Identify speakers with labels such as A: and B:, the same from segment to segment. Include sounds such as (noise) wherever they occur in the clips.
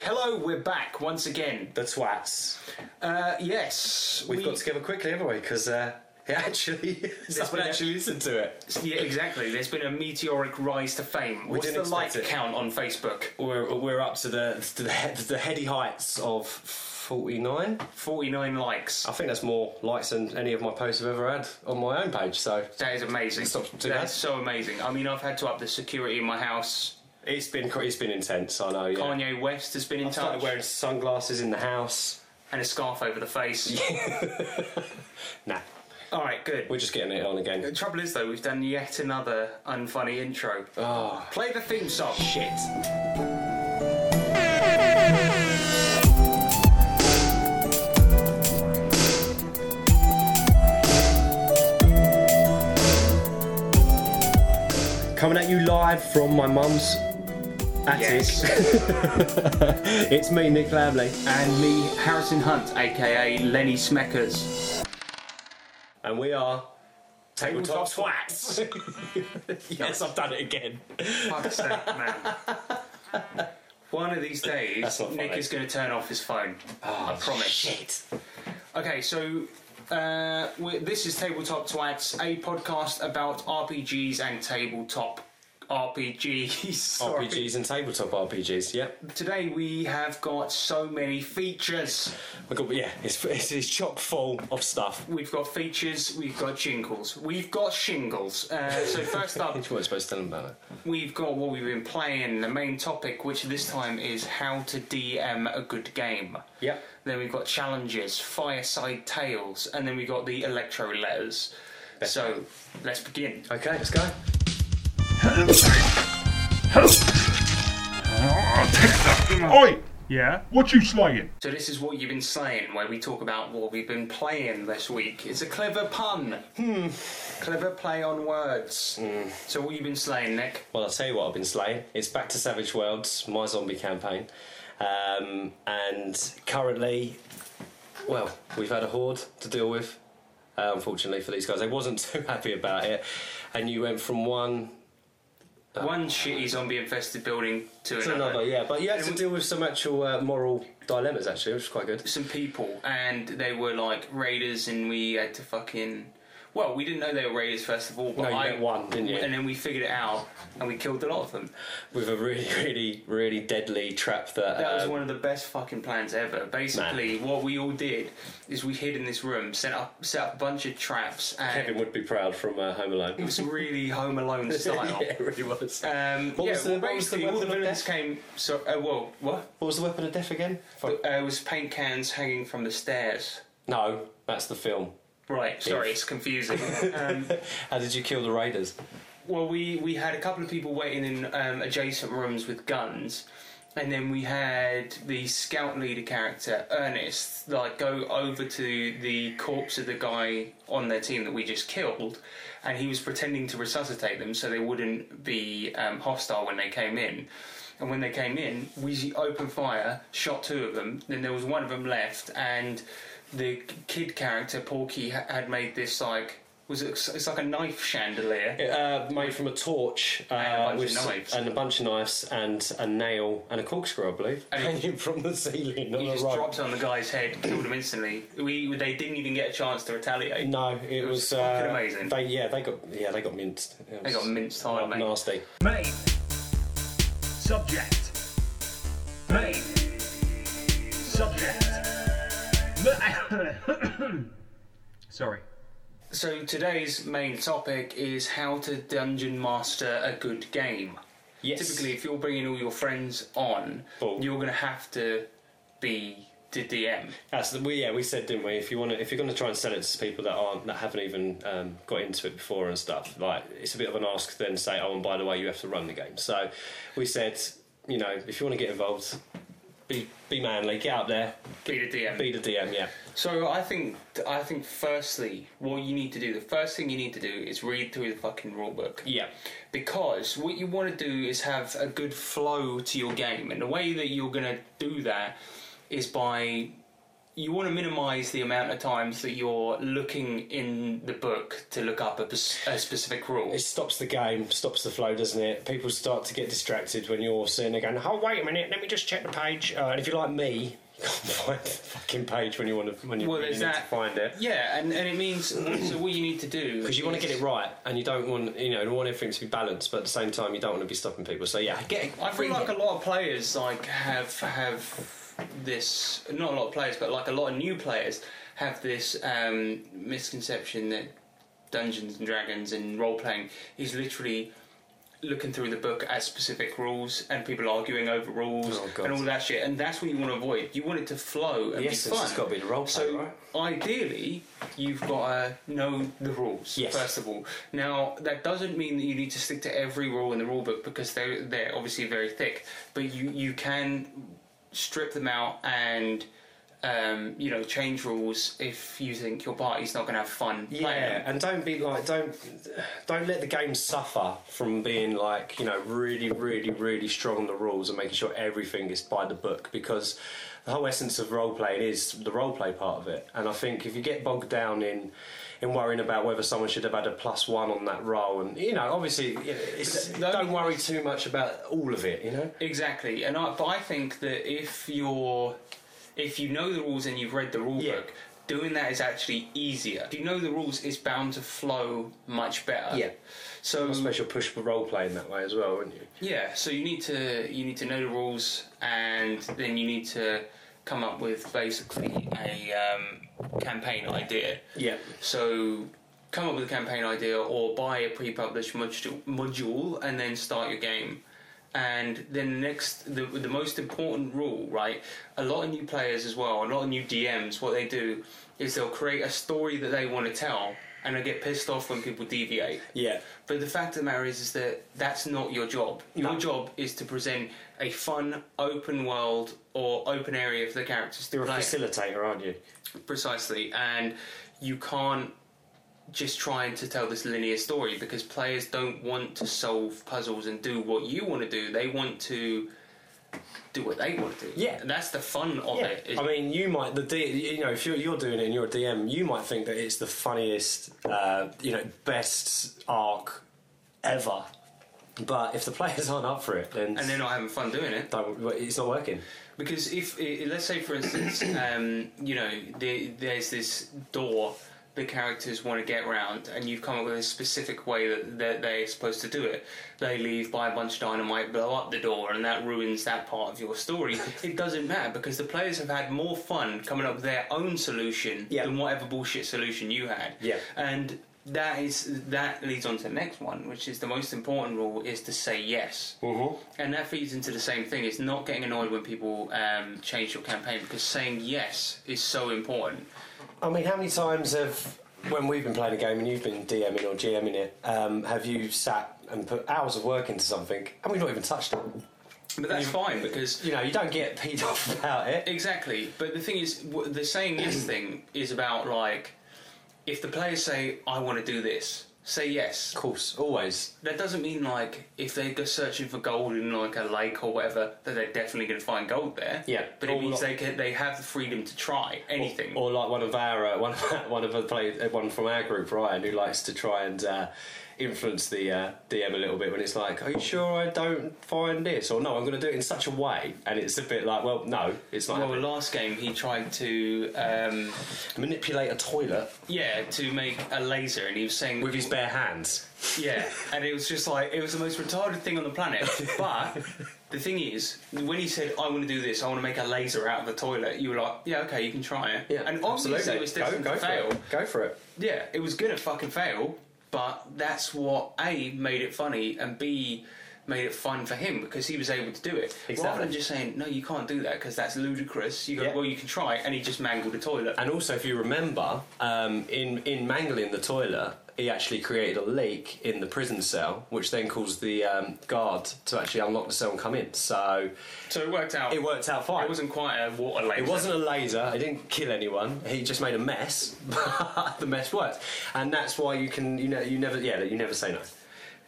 A: Hello, we're back once again.
B: The twats.
A: Uh, yes,
B: We've
A: we-
B: got together quickly, haven't we? Because uh, it actually, (laughs) someone
A: been a-
B: actually listened to it.
A: (laughs) Yeah, exactly. There's been a meteoric rise to fame. What's the
B: didn't
A: like
B: expect it.
A: count on Facebook?
B: We're, we're up to the to the, he- to the heady heights of 49.
A: 49 likes.
B: I think that's more likes than any of my posts I've ever had on my own page. So
A: That is amazing.
B: It's not too bad.
A: That's so amazing. I mean, I've had to up the security in my house.
B: it's been it's been intense. I know. Yeah.
A: Kanye West has been in
B: I
A: touch,
B: started wearing sunglasses in the house.
A: and a scarf over the
B: (laughs)
A: face.
B: Nah,
A: All right, good.
B: we're just getting it on
A: The
B: again.
A: trouble is, though, we've done yet another unfunny intro.
B: Oh
A: Play the theme song.
B: shit! Coming at you live from my mum's attic.
A: Yes.
B: (laughs) it's me, Nick Lamley.
A: and me, Harrison Hunt, aka Lenny Smeckers.
B: And we are Tabletop
A: Tabletop
B: Twats. (laughs) yes, I've done it again.
A: Fuck's sake, man. One of these days,
B: That's not
A: Nick
B: funny. Oh,
A: is going to turn off his phone. I promise.
B: Shit.
A: Okay, so uh, we this is Tabletop Twats, a podcast about RPGs and tabletop RPGs. Sorry.
B: RPGs and tabletop RPGs, yep.
A: Today we have got so many features.
B: We've got- yeah, it's, it's, it's chock full of stuff.
A: We've got features, we've got jingles, we've got shingles. Uh, so, first up,
B: You weren't supposed to tell them about it.
A: we've got what we've been playing, the main topic, which this time is how to DM a good game.
B: Yep.
A: Then we've got challenges, fireside tales, and then we've got the electro letters. So let's begin.
B: Okay, let's go.
C: Oi!
D: Yeah?
C: What you slaying?
A: So this is what you've been saying, where we talk about what we've been playing this week. It's a clever pun. Hmm. Clever play on words. So what you've been saying, Nick?
B: Well, I'll tell you what I've been slaying. It's back to Savage Worlds, my zombie campaign. Um, and currently, well, we've had a horde to deal with, uh, unfortunately, for these guys. They wasn't (laughs) too happy about it. And you went from one
A: One shitty zombie-infested building to,
B: to
A: uh, another.
B: another, yeah. But you had to deal with some actual uh, moral dilemmas, actually, which is quite good.
A: Some people, and they were like raiders, and we had to fucking. Well, we didn't know they were raiders first of all, but
B: No, you
A: I
B: met one, didn't you?
A: And then we figured it out, and we killed a lot of them.
B: With a really, (laughs) really, really deadly trap that.
A: That was
B: um,
A: one of the best fucking plans ever. Basically, what we all did is we hid in this room, set up set up a bunch of traps, and
B: Kevin would be proud from uh, Home Alone.
A: it was really Home Alone style.
B: (laughs) yeah, it really was.
A: Um,
B: What
A: yeah,
B: was the-
A: well,
B: what was the
A: basically, all the
B: weapon of
A: villains
B: death?
A: came. So, uh, well, what?
B: what was the weapon of death again?
A: Uh, it was paint cans hanging from the stairs.
B: No, that's the film.
A: Right, sorry, it's confusing.
B: (laughs)
A: um,
B: How did you kill the raiders?
A: Well, we we had a couple of people waiting in um, adjacent rooms with guns, and then we had the scout leader character Ernest like go over to the corpse of the guy on their team that we just killed, and he was pretending to resuscitate them so they wouldn't be um, hostile when they came in. And when they came in, we opened fire, shot two of them. Then there was one of them left, and the kid character Porky ha- had made this like. Was it, it's like a knife chandelier,
B: Uh, made from a torch uh,
A: And a bunch of
B: with s-
A: knives.
B: and a bunch of knives and a nail and a corkscrew, I believe,
A: And it-
B: hanging from the ceiling on
A: He
B: a
A: just
B: rope.
A: dropped it on the guy's head, killed him instantly. We they didn't even get a chance to retaliate.
B: No, it, was,
A: was
B: uh,
A: fucking amazing.
B: They, yeah, they got yeah they got minced. It
A: They
B: was
A: got minced hard, mate.
B: Nasty.
C: Main. Subject. Main. Subject. (coughs) Ma- Sorry.
A: So today's main topic is how to dungeon master a good game.
B: Yes.
A: Typically, if you're bringing all your friends on,
B: Cool.
A: you're gonna have to be the DM.
B: That's the, we, yeah, we said, didn't we? If you want to, if you're going to try and sell it to people that aren't that haven't even um, got into it before and stuff, like it's a bit of an ask. Then say, oh, and by the way, you have to run the game. So we said, you know, if you want to get involved, be be manly, get out there,
A: Be the DM.
B: be the DM. Yeah,
A: So I think I think firstly, what you need to do, the first thing you need to do is read through the fucking rule book.
B: yeah,
A: because what you want to do is have a good flow to your game and the way that you're going to do that is by you want to minimise the amount of times that you're looking in the book to look up a, pers- a specific rule.
B: It stops the game, stops the flow, doesn't it? People start to get distracted when you're sitting there going, "Oh, wait a minute, let me just check the page." Uh, and if you're like me, (laughs) you can't find the fucking page when you want to when you,
A: Well,
B: when you
A: there's
B: need to
A: that.
B: find it.
A: yeah, and, and it means so what you need to do
B: Because you want to
A: is-
B: get it right, and you don't want you know you want everything to be balanced, but at the same time you don't want to be stopping people. So yeah, get it.
A: I feel
B: bring
A: like
B: it.
A: a lot of players like have have this not a lot of players but like a lot of new players have this um, misconception that Dungeons and Dragons and role playing is literally looking through the book at specific rules and people arguing over rules
B: Oh, God.
A: and all that shit and that's what you want to avoid. You want it to flow and
B: the essence
A: be fun.
B: has got to be the role play,
A: So
B: right?
A: ideally, you've got to know the rules
B: Yes.
A: first of all. Now that doesn't mean that you need to stick to every rule in the rule book because they're they're obviously very thick. But you you can strip them out and um, you know change rules if you think your party's not going to have fun
B: Yeah,
A: playing. them.
B: and don't be like don't don't let the game suffer from being like you know really really really strong on the rules and making sure everything is by the book because the whole essence of role playing is the role play part of it. And I think if you get bogged down in in worrying about whether someone should have had a plus one on that roll, and you know obviously it's,
A: But the only-
B: don't worry too much about all of it. You know,
A: Exactly, and I, but I think that if you're, if you know the rules and you've read the rule
B: Yeah.
A: book, doing that is actually easier. If you know the rules, it's bound to flow much better.
B: Yeah.
A: So
B: I suppose you'll push for role playing that way as well, wouldn't you?
A: yeah, so you need to you need to know the rules, and then you need to come up with basically a um, campaign idea.
B: Yeah.
A: So come up with a campaign idea or buy a pre-published module, module and then start your game. And then next, the, the most important rule, right? A lot of new players as well, a lot of new DMs, what they do is they'll create a story that they want to tell and they get pissed off when people deviate.
B: Yeah.
A: But the fact of the matter is, is that that's not your job. Your
B: No.
A: job is to present a fun, open world or open area for the characters to
B: You're a
A: play.
B: facilitator, aren't you?
A: Precisely, and you can't just try to tell this linear story because players don't want to solve puzzles and do what you want to do. They want to do what they want to do.
B: Yeah.
A: and that's the fun of it. is-
B: I mean, you might the D, you know if you're, you're doing it and you're a DM, you might think that it's the funniest, uh, you know, best arc ever. But if the (laughs) players aren't up for it, then
A: and they're not having fun doing it
B: don't, it's not working.
A: because if i- let's say for instance, (coughs) um, you know, the, there's this door the characters want to get round, and you've come up with a specific way that, that they're supposed to do it. They leave by a bunch of dynamite, blow up the door, and that ruins that part of your
B: (laughs)
A: story. it doesn't matter because the players have had more fun coming up with their own solution
B: Yeah.
A: than whatever bullshit solution you had.
B: Yeah.
A: and. That is that leads on to the next one, which is the most important rule is to say yes.
B: Mm-hmm.
A: And that feeds into the same thing. It's not getting annoyed when people um, change your campaign because saying yes is so important.
B: I mean, how many times have when we've been playing a game and you've been DMing or GMing it, um, have you sat and put hours of work into something and we've not even touched it?
A: But that's fine because
B: You know, you don't get peed off (laughs) about it.
A: exactly. But the thing is, w- the saying yes thing is about like if the players say I want to do this, say yes.
B: Of course, always.
A: That doesn't mean like if they go searching for gold in like a lake or whatever that they're definitely going to find gold there.
B: Yeah.
A: But it
B: Or
A: means
B: lo-
A: they can, they have the freedom to try anything.
B: Or like one of our uh, (laughs) one one of the play uh, one from our group, Ryan, who likes to try and uh, influence the uh, DM a little bit when it's like, "Are you sure I don't find this?" or "No, I'm going to do it in such a way," and it's a bit like, "Well, no, it's not."
A: well,
B: happening."
A: last game he tried to um,
B: Manipulate a toilet
A: yeah to make a laser, and he was saying
B: with his bare hands.
A: Yeah, and it was just like it was the most retarded thing on the
B: (laughs)
A: planet. But the thing is, when he said, "I want to do this, I want to make a laser out of the toilet," you were like, "Yeah, okay, you can try it." and obviously it was destined
B: go, go
A: to fail.
B: For it. Go for it.
A: Yeah, it was gonna fucking fail. But that's what a made it funny, and b made it fun for him because he was able to do it. Rather
B: Exactly.
A: than just saying, "No, you can't do that because that's ludicrous," you go,
B: Yeah.
A: "Well, you can try," and he just mangled the toilet.
B: And also, if you remember, um, in in mangling the toilet, he actually created a leak in the prison cell, which then caused the um, guard to actually unlock the cell and come in. So
A: so it worked out.
B: it worked out fine.
A: It wasn't quite a water laser.
B: It wasn't a laser. It didn't kill anyone. He just made a mess. (laughs) But the mess worked, and that's why you can you know you never yeah you never say no.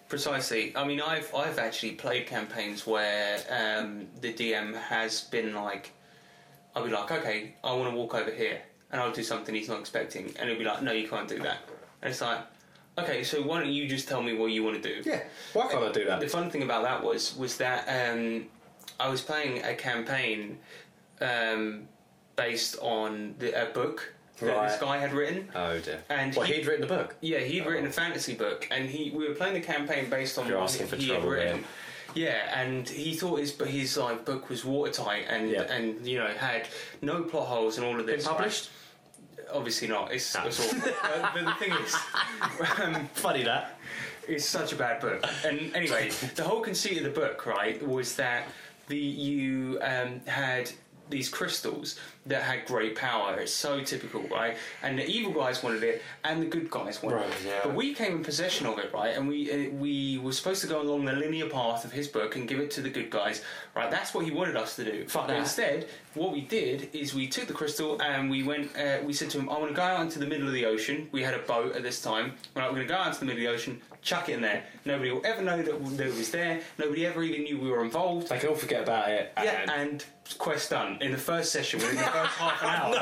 A: Precisely. I mean, I've I've actually played campaigns where um, the DM has been like I'll be like, okay, I want to walk over here, and I'll do something he's not expecting, and he'll be like, no, you can't do that. And it's like, okay, so why don't you just tell me what you want to do?
B: Yeah. Why can't I do that?
A: The fun thing about that was was that um, I was playing a campaign um, based on the, a book that this
B: Right.
A: guy had written.
B: Oh dear.
A: And
B: well,
A: he-
B: he'd written a book.
A: Yeah, he'd written a
B: Oh.
A: fantasy book, and he we were playing the campaign based on
B: You're
A: what
B: asking for
A: he had
B: trouble,
A: written.
B: man.
A: Yeah, and he thought his but his like book was watertight and
B: Yeah.
A: and you know had no plot holes and all of
B: Been
A: this. right?
B: published? Ah.
A: Obviously not. It's, it's
B: (laughs)
A: awful. but, but the thing is, um,
B: Funny that.
A: it's such a bad book. And anyway, the whole conceit of the book, right, was that the you um, had these crystals that had great power. It's so typical, right? And the evil guys wanted it, and the good guys wanted
B: Right,
A: it.
B: yeah.
A: But we came in possession of it, right? And we uh, we were supposed to go along the linear path of his book and give it to the good guys, right? That's what he wanted us to do.
B: Fuck
A: But
B: that.
A: Instead, what we did is we took the crystal and we went. Uh, we said to him, "I want to go out into the middle of the ocean." We had a boat at this time. We're like, "We're going to go out into the middle of the ocean, chuck it in there. Nobody will ever know that, that it was there. Nobody ever even knew we were involved."
B: They can all forget about it.
A: Yeah,
B: and-
A: and quest done in the first session within the first
B: (laughs)
A: half an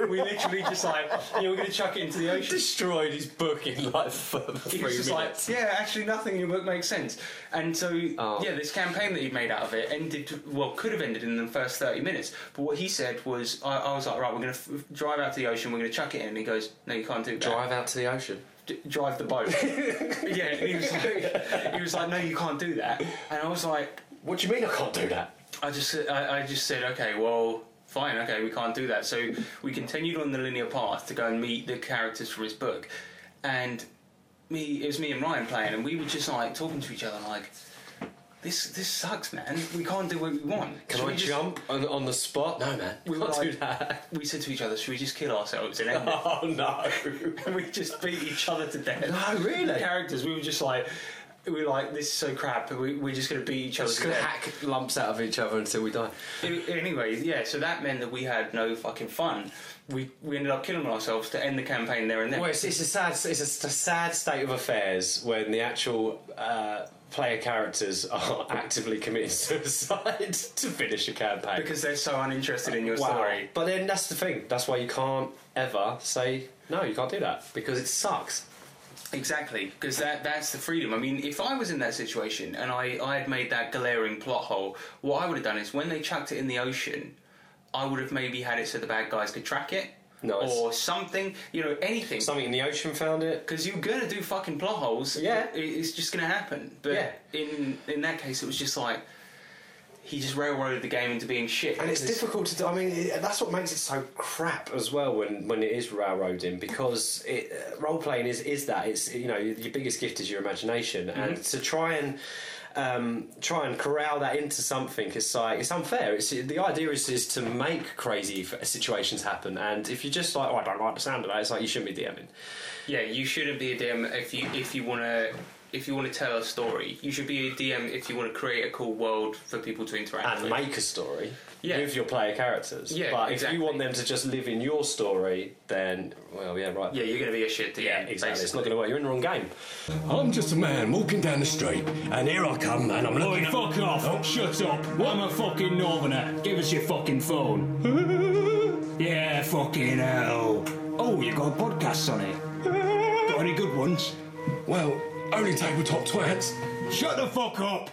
A: hour. We literally just like, you know, we're going to chuck it into the ocean.
E: destroyed his book in
B: (laughs)
E: like f- three
A: He was just like,
E: minutes.
A: yeah, actually, nothing in your book makes sense. And so,
E: Oh.
A: yeah, this campaign that he made out of it ended, well, could have ended in the first 30 minutes. But what he said was, I, I was like, right, we're going to f- drive out to the ocean, we're going to chuck it in. And he goes, no, you can't do that.
E: Drive out to the ocean.
A: D- drive
E: (laughs)
A: the boat. yeah, and he was, like, he was like, no, you can't do that. And I was like,
B: what do you mean I can't do that?
A: I just I, I just said okay well fine okay we can't do that so we continued on the linear path to go and meet the characters from his book and me it was me and Ryan playing and we were just like talking to each other like this this sucks man we can't do what we want
E: Can I
A: Should we just-
E: jump on, on the spot? No, man.
A: We
E: can't
A: were
E: do
A: like-
B: (laughs)
E: that.
A: we said to each other should we just kill ourselves and end it?"
E: Oh no.
A: and we just beat each other to death
E: No, really?
A: the characters we were just like we were like this is so crap we, we're just gonna beat each
E: (laughs)
A: other
E: Just
A: to
E: gonna
A: death
E: hack lumps out of each other until we die.
A: An- Anyway, yeah, so that meant that we had no fucking fun. We we ended up killing ourselves to end the campaign there and then.
B: Well, it's, it's a sad, it's a, s- a sad state of affairs when the actual uh, player characters are (laughs) actively committing suicide (laughs) to finish a campaign.
A: because they're so uninterested in your
B: Wow.
A: story.
B: But then that's the thing. That's why you can't ever say no. You can't do that because it sucks.
A: Exactly, because that that's the freedom. I mean, if I was in that situation and I, I had made that glaring plot hole, what I would have done is when they chucked it in the ocean, I would have maybe had it so the bad guys could track it.
B: Nice.
A: Or something, you know, anything.
B: Something in the ocean found it.
A: Because you're gonna do fucking plot holes.
B: Yeah.
A: It- it's just gonna happen. But
B: Yeah.
A: in in that case, it was just like he just railroaded the game into being shit.
B: And it's
A: Because-
B: difficult to. do- I mean, it, that's what makes it so crap as well when, when it is railroading because it, uh, role playing is is that it's you know your biggest gift is your imagination
A: Mm-hmm.
B: and to try and um, try and corral that into something it's like it's unfair. It's the idea is is to make crazy f- situations happen and if you're just like oh I don't like the sound of that it's like you shouldn't be DMing.
A: Yeah, you shouldn't be a DM if you if you wanna if you wanna tell a story. You should be a DM if you wanna create a cool world for people to interact
B: and
A: with.
B: make a story
A: Yeah.
B: with your player characters.
A: Yeah,
B: but
A: exactly.
B: if you want them to just live in your story, then well, yeah, right.
A: yeah, you're gonna be a shit DM.
B: Yeah, exactly. It's
A: basically.
B: not going to work. You're in the wrong game.
F: I'm just a man walking down the street, and here I come, and I'm looking. at-
G: fuck off. Oh, Shut up. I'm a fucking northerner. Give us your fucking phone. (laughs) yeah, fucking hell. Oh, you got podcasts on it. Got any good ones?
F: Well, only tabletop twats.
G: Shut the fuck up.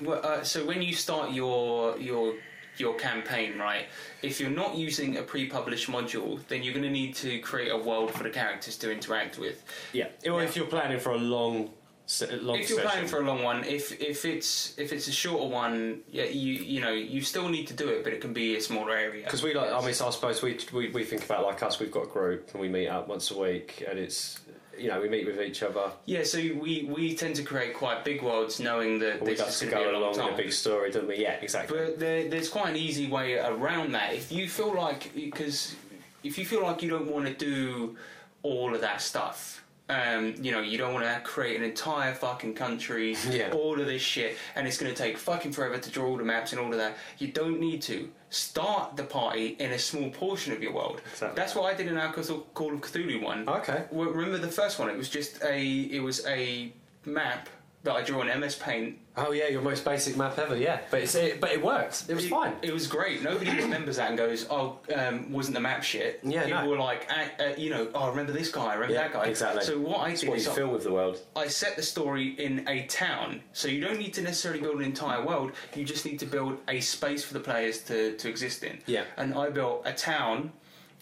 A: Well, uh, so when you start your your your campaign, right? If you're not using a pre-published module, then you're going to need to create a world for the characters to interact with.
B: Yeah. Or if you're planning for a long, se- long
A: If you're
B: session.
A: playing for a long one, if if it's if it's a shorter one, yeah, you you know you still need to do it, but it can be a smaller area.
B: because we like, I mean, I suppose we, we we think about like us. We've got a group and we meet up once a week, and it's you know we meet with each other.
A: yeah, so we we tend to create quite big worlds, knowing that
B: We
A: this
B: got
A: is
B: to
A: going to be
B: go
A: a long
B: along
A: time.
B: in a big story, don't we? Yeah, exactly.
A: But there, there's quite an easy way around that. If you feel like, because if you feel like you don't want to do all of that stuff, um, you know, you don't want to create an entire fucking country,
B: Yeah.
A: all of this shit, and it's going to take fucking forever to draw all the maps and all of that. You don't need to. Start the party in a small portion of your world.
B: Exactly.
A: That's what I did in our Cthul- Call of Cthulhu one.
B: Okay.
A: Well, remember the first one? It was just a it was a map that I drew on MS Paint
B: Oh yeah, your most basic map ever. Yeah, but it's, it, but it worked. It was fine.
A: It was great. Nobody (coughs) remembers that and goes, "Oh, um, wasn't the map shit?"
B: Yeah,
A: People
B: no.
A: were like, uh, uh, "You know, oh, I remember this guy. I remember
B: Yeah,
A: that guy."
B: exactly.
A: So what I
H: It's
A: did
H: what
A: is
H: you
A: I-
H: feel with the world.
A: I set the story in a town, so you don't need to necessarily build an entire world. You just need to build a space for the players to, to exist in.
B: Yeah.
A: And I built a town,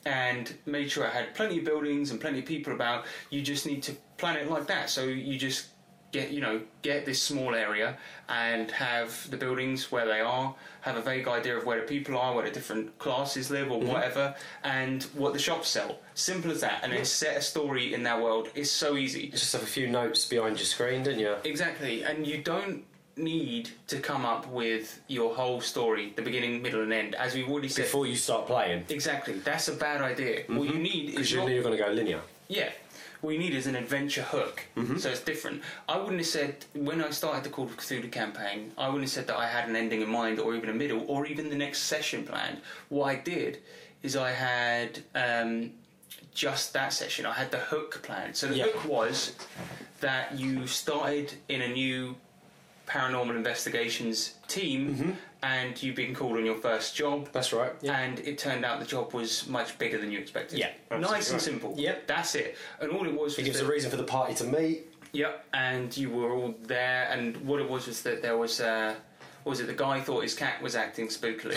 A: and made sure I had plenty of buildings and plenty of people about. You just need to plan it like that. So you just get you know get this small area and have the buildings where they are. Have a vague idea of where the people are, where the different classes live, or whatever, and what the shops sell. Simple as that. And then set a story in that world. It's so easy.
B: Just have a few notes behind your screen, didn't you?
A: Exactly, and you don't need to come up with your whole story, the beginning, middle, and end, as we've already said.
H: Before you start playing,
A: exactly, that's a bad idea. What you need is
B: Because you
A: not,
B: knew you were going to go linear.
A: yeah. What you need is an adventure hook, so it's different. I wouldn't have said when I started the Call of Cthulhu campaign, I wouldn't have said that I had an ending in mind, or even a middle, or even the next session planned. What I did is I had um, just that session. I had the hook planned. So the
B: Yeah.
A: hook was that you started in a new paranormal investigations team and you've been called on your first job
B: That's right. Yeah.
A: and it turned out the job was much bigger than you expected.
B: Yeah, absolutely
A: nice and
B: right.
A: simple.
B: Yep.
A: that's it. And all it was, was
B: It gives
A: that-
B: a reason for the party to meet.
A: Yep, and you were all there, and what it was was that there was. Uh, what was it the guy thought his cat was acting
B: (laughs)
A: spookily?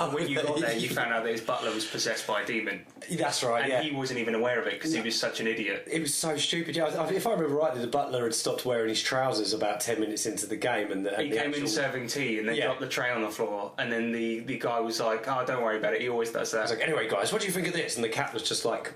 A: and (laughs) when you got there, you found out that his butler was possessed by a demon,
B: That's right.
A: and
B: yeah.
A: he wasn't even aware of it because he was such an idiot.
B: It was so stupid. Yeah, I- I- if I remember rightly, the butler had stopped wearing his trousers about ten minutes into the game, and the, and
A: He
B: the
A: came
B: actual,
A: in serving tea and then
B: Yeah.
A: dropped the tray on the floor, and then the, the guy was like, "Oh, don't worry about it. He always does that."
B: I was like, "Anyway, guys, what do you think of this?" And the cat was just like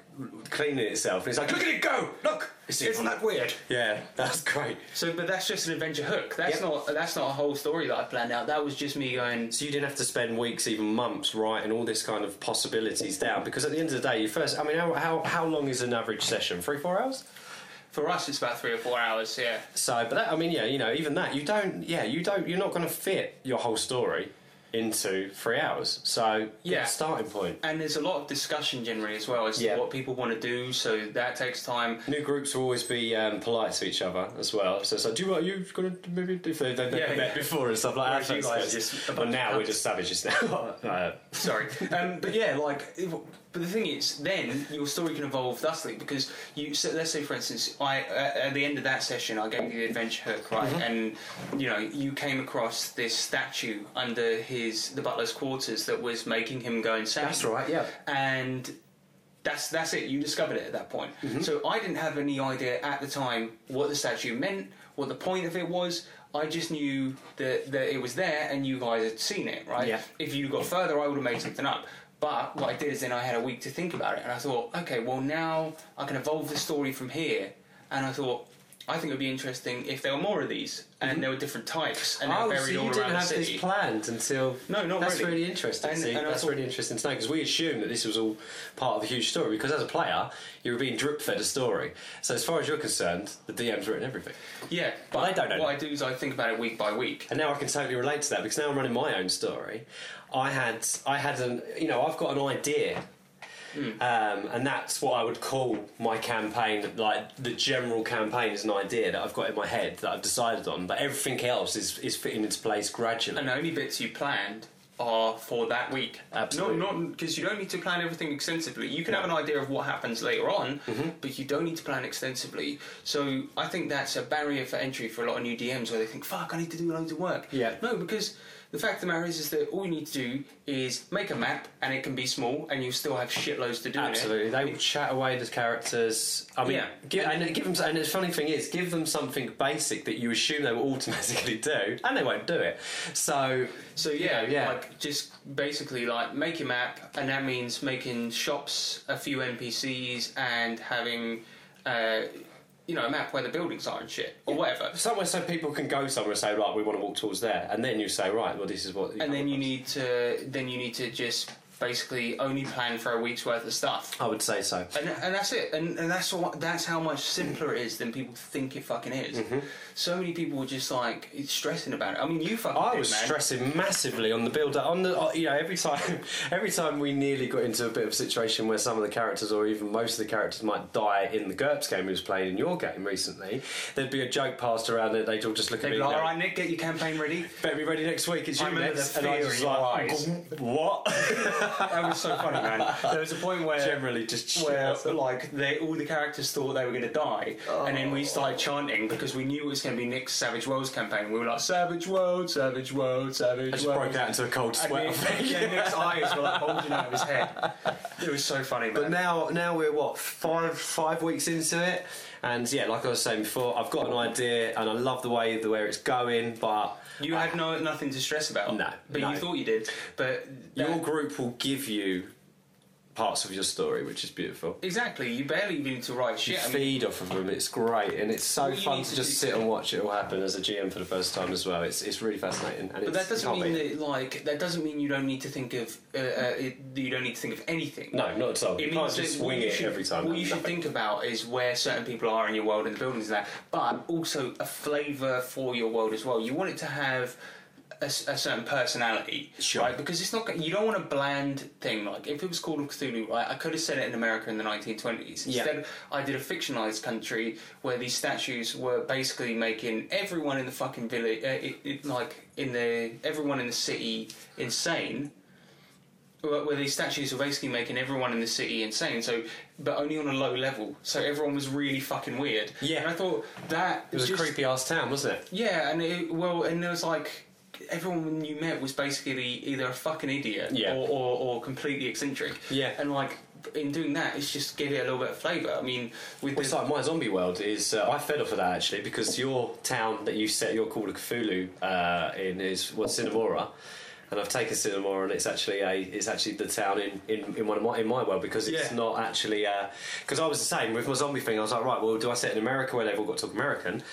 B: cleaning itself, and he's like, "Look at it go! Look!" It's
A: Isn't that weird?
B: Yeah, that's great.
A: So, but that's just an adventure hook. That's
B: Yep.
A: not that's not a whole story that I planned out. That was just me going.
B: So you didn't have to spend weeks, even months, writing all this kind of possibilities down, because at the end of the day, you first—I mean, how, how how long is an average session? Three, four hours?
A: For us, it's about three or four hours. Yeah.
B: So, but that, I mean, yeah, you know, even that, you don't, yeah, you don't, you're not going to fit your whole story into three hours. So,
A: Yeah.
B: yeah, starting point.
A: And there's a lot of discussion generally as well as
B: Yeah.
A: to what people want to do, so that takes time. (laughs)
B: New groups will always be um, polite to each other as well. So it's like, do you, are you going to maybe if they, they've
A: Yeah,
B: never met
A: yeah.
B: before and stuff like
A: Whereas
B: that?
A: you
B: So
A: guys
B: it's-
A: are just a
B: but
A: bunch of
B: now we're
A: cunts.
B: just savages (laughs) now. Uh,
A: Sorry, um, but yeah, like, if- but the thing is, then your story can evolve thusly because you. So let's say, for instance, I uh, at the end of that session, I gave you the adventure hook, right?
B: Mm-hmm.
A: And you know, you came across this statue under his the butler's quarters that was making him go insane.
B: That's right, yeah.
A: and that's that's it. You discovered it at that point.
B: Mm-hmm.
A: So I didn't have any idea at the time what the statue meant, what the point of it was. I just knew that, that it was there and you guys had seen it, right?
B: Yeah.
A: If you got further, I would have made something up. But what I did is then I had a week to think about it, and I thought, okay, well now I can evolve the story from here. And I thought, I think it would be interesting if there were more of these, and there were different types, and
B: Mm-hmm. oh,
A: they're
B: so
A: buried
B: you
A: all
B: didn't
A: around the
B: have
A: city.
B: this planned until
A: No, not
B: that's
A: really.
B: really interesting.
A: And-
B: see,
A: and I
B: that's
A: thought-
B: really interesting to know because we assumed that this was all part of a huge story. Because as a player, you were being drip fed a story. So as far as you're concerned, the DM's written everything.
A: Yeah,
B: But I don't know.
A: What I do is I think about it week by week.
B: And now I can totally relate to that because now I'm running my own story. I had, I had an, you know, I've got an idea,
A: Hmm.
B: um, and that's what I would call my campaign. Like the general campaign is an idea that I've got in my head that I've decided on, but everything else is is fitting into place gradually.
A: and the only bits you planned are for that week.
B: Absolutely.
A: Not because you don't need to plan everything extensively. You can have an idea of what happens later on,
B: Mm-hmm.
A: but you don't need to plan extensively. So I think that's a barrier for entry for a lot of new DMs where they think, "Fuck, I need to do loads of work."
B: Yeah.
A: No, because the fact of the matter is, is that all you need to do is make a map, and it can be small, and you still have shitloads to do. in it.
B: Absolutely, they will chat away the characters. I mean,
A: Yeah.
B: give, and give them. And the funny thing is, give them something basic that you assume they will (laughs) automatically do, and they won't do it. So,
A: So yeah,
B: you know, yeah.
A: like just basically like make a map, and that means making shops, a few NPCs, and having, uh, you know, a map where the buildings are and shit or whatever.
B: somewhere so people can go somewhere and say, right, we want to walk towards there, and then you say, right, well, this is what.
A: And then you need to then you need to just basically only playing for a week's worth of stuff.
B: I would say so.
A: And, and that's it. And, and that's all, that's how much simpler it is than people think it fucking is.
B: Mm-hmm.
A: So many people were just like it's stressing about it. I mean, you fucking.
B: I
A: did,
B: was
A: man.
B: stressing massively on the build up. On the uh, you know every time (laughs) every time we nearly got into a bit of a situation where some of the characters or even most of the characters might die in the GURPS game we was playing in your game recently. Thered be a joke passed around that they'd all just look at
A: They'd
B: me.
A: be
B: and
A: like,
B: go,
A: all right, Nick, get your campaign ready.
B: Better be ready next week. It's
A: I
B: you
A: remember
B: next.
A: the
B: And I
A: fear
B: was just
A: in your
B: like,
A: eyes.
B: what? (laughs)
A: That was so funny, man. There was a point where
B: Generally, just
A: where
B: shouts.
A: like they all the characters thought they were going to die, and then we started chanting because we knew it was going to be Nick's Savage Worlds campaign. We were like Savage World, Savage World, Savage
B: I just
A: World.
B: broke out into a cold
A: and
B: sweat. I (laughs)
A: Nick- (laughs)
B: think.
A: yeah, Nick's eyes were like bulging out of his head. It was so funny, man.
B: But now, now we're what five five weeks into it, and yeah, like I was saying before, I've got an idea, and I love the way the where it's going. But
A: you had no nothing to stress about.
B: No,
A: but
B: no.
A: you thought you did. But that-
B: your group will give you parts of your story, which is beautiful.
A: exactly, you barely need to write shit. I mean,
B: Feed off of them, it's great, and it's so
A: Well, you
B: fun
A: need
B: to,
A: to
B: just
A: do-
B: sit and watch it all happen as a GM for the first time as well. It's it's really fascinating, and
A: But
B: it's,
A: that doesn't
B: you can't
A: mean
B: beat it.
A: that, like, that doesn't mean you don't need to think of, uh, uh, it, you don't need to think of anything.
B: no, not at all. You
A: It
B: can't
A: means
B: just
A: that what
B: wing
A: you
B: it
A: should-
B: every time.
A: What you should think about is where certain people are in your world and the buildings and that, but also a flavour for your world as well. You want it to have a, s- a certain personality,
B: Sure.
A: right? Because it's not. You don't want a bland thing. Like if it was called of Cthulhu, right? I could have said it in America in the 1920s.
B: Yeah.
A: Instead, I did a fictionalized country where these statues were basically making everyone in the fucking village, uh, it, it, like in the everyone in the city, insane where where these statues were basically making everyone in the city insane. So, but only on a low level. So everyone was really fucking weird.
B: Yeah.
A: and I thought that
B: It was
A: just,
B: a creepy ass town, wasn't it?
A: Yeah, and it, well, and there was like everyone you met was basically either a fucking idiot
B: Yeah.
A: or, or or completely eccentric.
B: Yeah.
A: and like in doing that, it's just give it a little bit of flavour. I mean, with
B: Well, It's
A: the,
B: like my zombie world is. Uh, I fed off of that actually because your town that you set your Call of Cthulhu uh, in is was Cinemora, and I've taken Cinemora and it's actually a it's actually the town in, in, in one of my in my world because it's
A: Yeah.
B: not actually because I was the same with my zombie thing. I was like, right, well, do I set it in America where they've all got to talk American?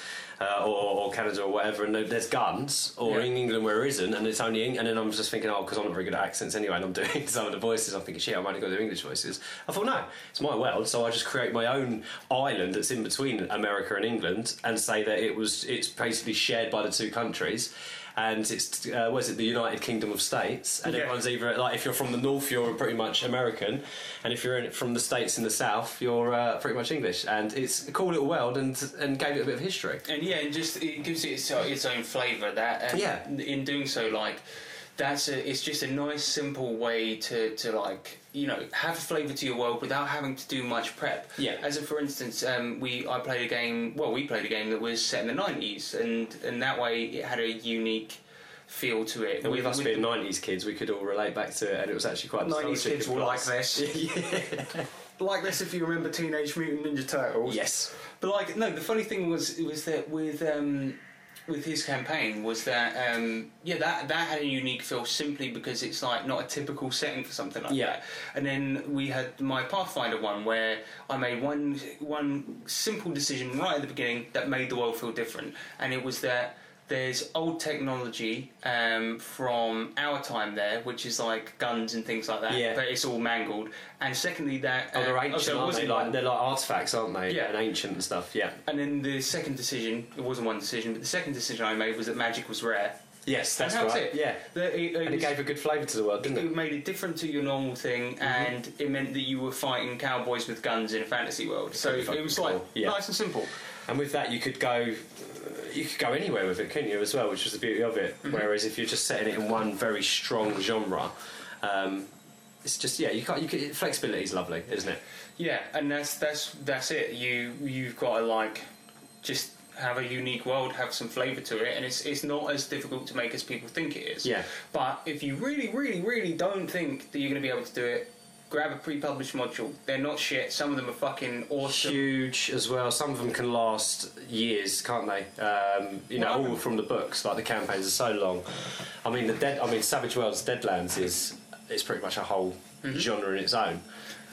B: Uh, or, or Canada or whatever, and there- there's guns, or
A: Yeah.
B: in England where there isn't, and it's only. Eng- And then I'm just thinking, oh, because I'm not very good at accents anyway, and I'm (laughs) doing some of the voices. I'm thinking, shit, I'm only going to do English voices. I thought, no, it's my world, so I just create my own island that's in between America and England, and say that it was it's basically shared by the two countries. And it's uh, was it the United Kingdom of States, and
A: Yeah.
B: everyone's either like if you're from the north, you're pretty much American, and if you're in, from the states in the south, you're uh, pretty much English. And it's a cool little world, and and gave it a bit of history.
A: and yeah, and just it gives it its, its own flavour. That and
B: Yeah.
A: in doing so, like that's a, it's just a nice simple way to to like you know have a flavour to your world without having to do much prep.
B: Yeah.
A: As a, for instance, um, we I played a game. Well, we played a game that was set in the nineties, and and that way it had a unique feel to it.
B: And with
A: With-
B: us
A: with
B: being 90s kids, we could all relate back to it, and it was actually quite
A: nineties
B: nostalgic
A: kids
B: and
A: will like
B: class. (laughs)
A: this. Like this, if you remember Teenage Mutant Ninja Turtles.
B: Yes.
A: But like, no, the funny thing was was that with um, with his campaign was that um, yeah that that had a unique feel simply because it's like not a typical setting for something like
B: Yeah.
A: that. And then we had my Pathfinder one where I made one one simple decision right at the beginning that made the world feel different, and it was that. There's old technology um, from our time there, which is like guns and things like that,
B: Yeah.
A: but it's all mangled. And secondly, that
B: Oh, they're
A: uh,
B: ancient,
A: so it
B: aren't they?
A: wasn't
B: Like, they're like artifacts, aren't they?
A: Yeah.
B: And ancient and stuff, yeah.
A: and then the second decision, it wasn't one decision, but the second decision I made was that magic was rare.
B: Yes, that's
A: and that
B: right.
A: was it.
B: Yeah.
A: That it, it
B: And it
A: was-
B: gave Mm-hmm. a good flavour to the world, didn't
A: it
B: it?
A: made it different to your normal thing, and it meant that you were fighting cowboys with guns in a fantasy world. So
B: pretty
A: it was
B: fucking
A: like
B: cool. Yeah.
A: nice and simple.
B: And with that, you could go. You could go anywhere with it, couldn't you? As well, which was the beauty of it. Whereas if you're just setting it in one very strong genre, um, it's just yeah, you can't. You can, flexibility is lovely, isn't it?
A: Yeah, and that's that's that's it. You you've got to like just have a unique world, have some flavour to it, and it's it's not as difficult to make as people think it is.
B: Yeah.
A: But if you really, really, really don't think that you're going to be able to do it, grab a pre-published module. They're not shit. Some of them are fucking awesome.
B: huge as well. Some of them can last years, can't they? Um, you know, all from the books. Like the campaigns are so long. I mean, the dead. I mean, Savage Worlds Deadlands is is pretty much a whole genre in its own.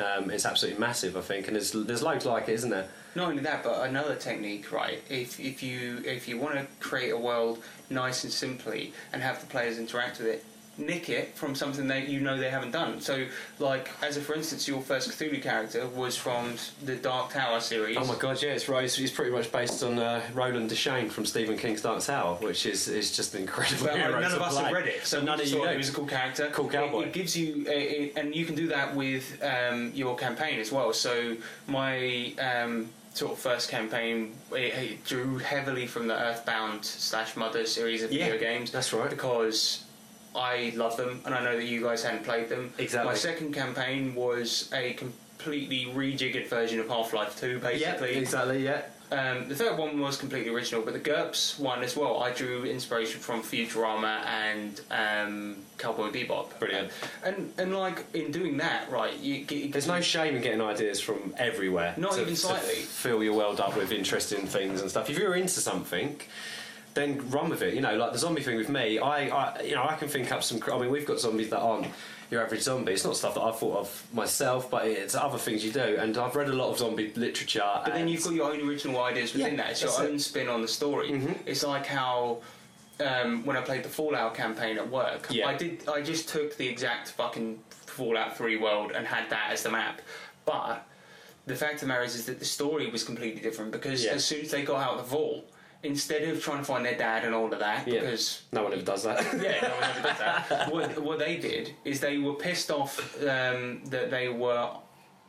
B: Um, it's absolutely massive, I think, and there's there's loads like it, isn't there?
A: Not only that, but another technique, right? If if you if you want to create a world nice and simply and have the players interact with it, nick it from something that you know they haven't done. So, like, as a for instance, your first Cthulhu character was from the Dark Tower series.
B: Oh my god, yeah, it's right. It's, it's pretty much based on uh, Roland Deschain from Stephen King's Dark Tower, which is is just an incredible.
A: Well,
B: hero
A: like, none
B: to
A: of us
B: play.
A: have read it, so, none of you know. It was a cool character,
B: Cool
A: It-
B: cowboy.
A: It, gives you, a, a- and you can do that with um, your campaign as well. So my um, sort of first campaign it, it drew heavily from the Earthbound slash Mother series of
B: Yeah,
A: video games.
B: that's right.
A: Because I love them, and I know that you guys hadn't played them.
B: Exactly.
A: My second campaign was a completely rejiggered version of Half Life Two,
B: Yeah,
A: basically.
B: exactly. Yeah,
A: Um, the third one was completely original, but the GURPS one as well, I drew inspiration from Futurama and um, Cowboy Bebop.
B: Brilliant.
A: And and like in doing that, right? You, g-
B: there's no shame in getting ideas from everywhere.
A: Not
B: to-
A: even
B: to
A: slightly.
B: fill your world up with interesting things and stuff. If you're into something. Then run with it, you know. Like the zombie thing with me, I, I, you know, I can think up some. cr- I mean, we've got zombies that aren't your average zombie. It's not stuff that I've thought of myself, but it's other things you do. And I've read a lot of zombie literature.
A: But then you've got your own original ideas within
B: Yeah,
A: that. It's your
B: that's it. Mm-hmm.
A: own spin on the story. It's like how um, when I played the Fallout campaign at work,
B: Yeah.
A: I did. I just took the exact fucking Fallout Three world and had that as the map, but. The fact of the matter is, is that the story was completely different because
B: Yeah.
A: as soon as they got out of the vault, instead of trying to find their dad and all of that,
B: Yeah.
A: because
B: No one ever does that. (laughs)
A: yeah, no one ever did that. What, what they did is they were pissed off um, that they were.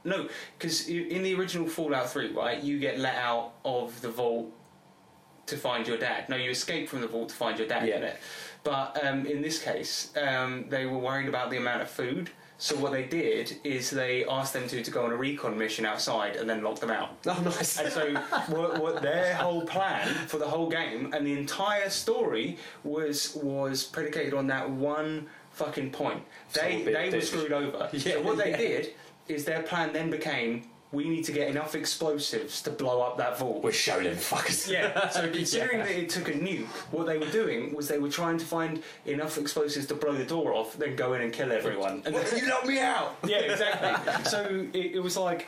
A: No, because in the original Fallout 3, right, you get let out of the vault to find your dad. No, you escape from the vault to find your dad,
B: Yeah.
A: innit? But um, in this case, um, they were worried about the amount of food. So what they did is they asked them two to go on a recon mission outside and then locked them out.
B: Oh, nice.
A: And so, what, what their whole plan for the whole game and the entire story was was predicated on that one fucking point. They
B: Someone bit
A: they were
B: dish.
A: screwed over. so what they did is their plan then became we need to get enough explosives to blow up that vault.
F: We're showing them
B: (laughs)
F: fuckers.
A: Yeah. So considering that it took a nuke, what they were doing was they were trying to find enough explosives to blow the door off, then go in and kill everyone. And
F: You knocked me out.
A: (laughs) yeah, exactly. so it, it was like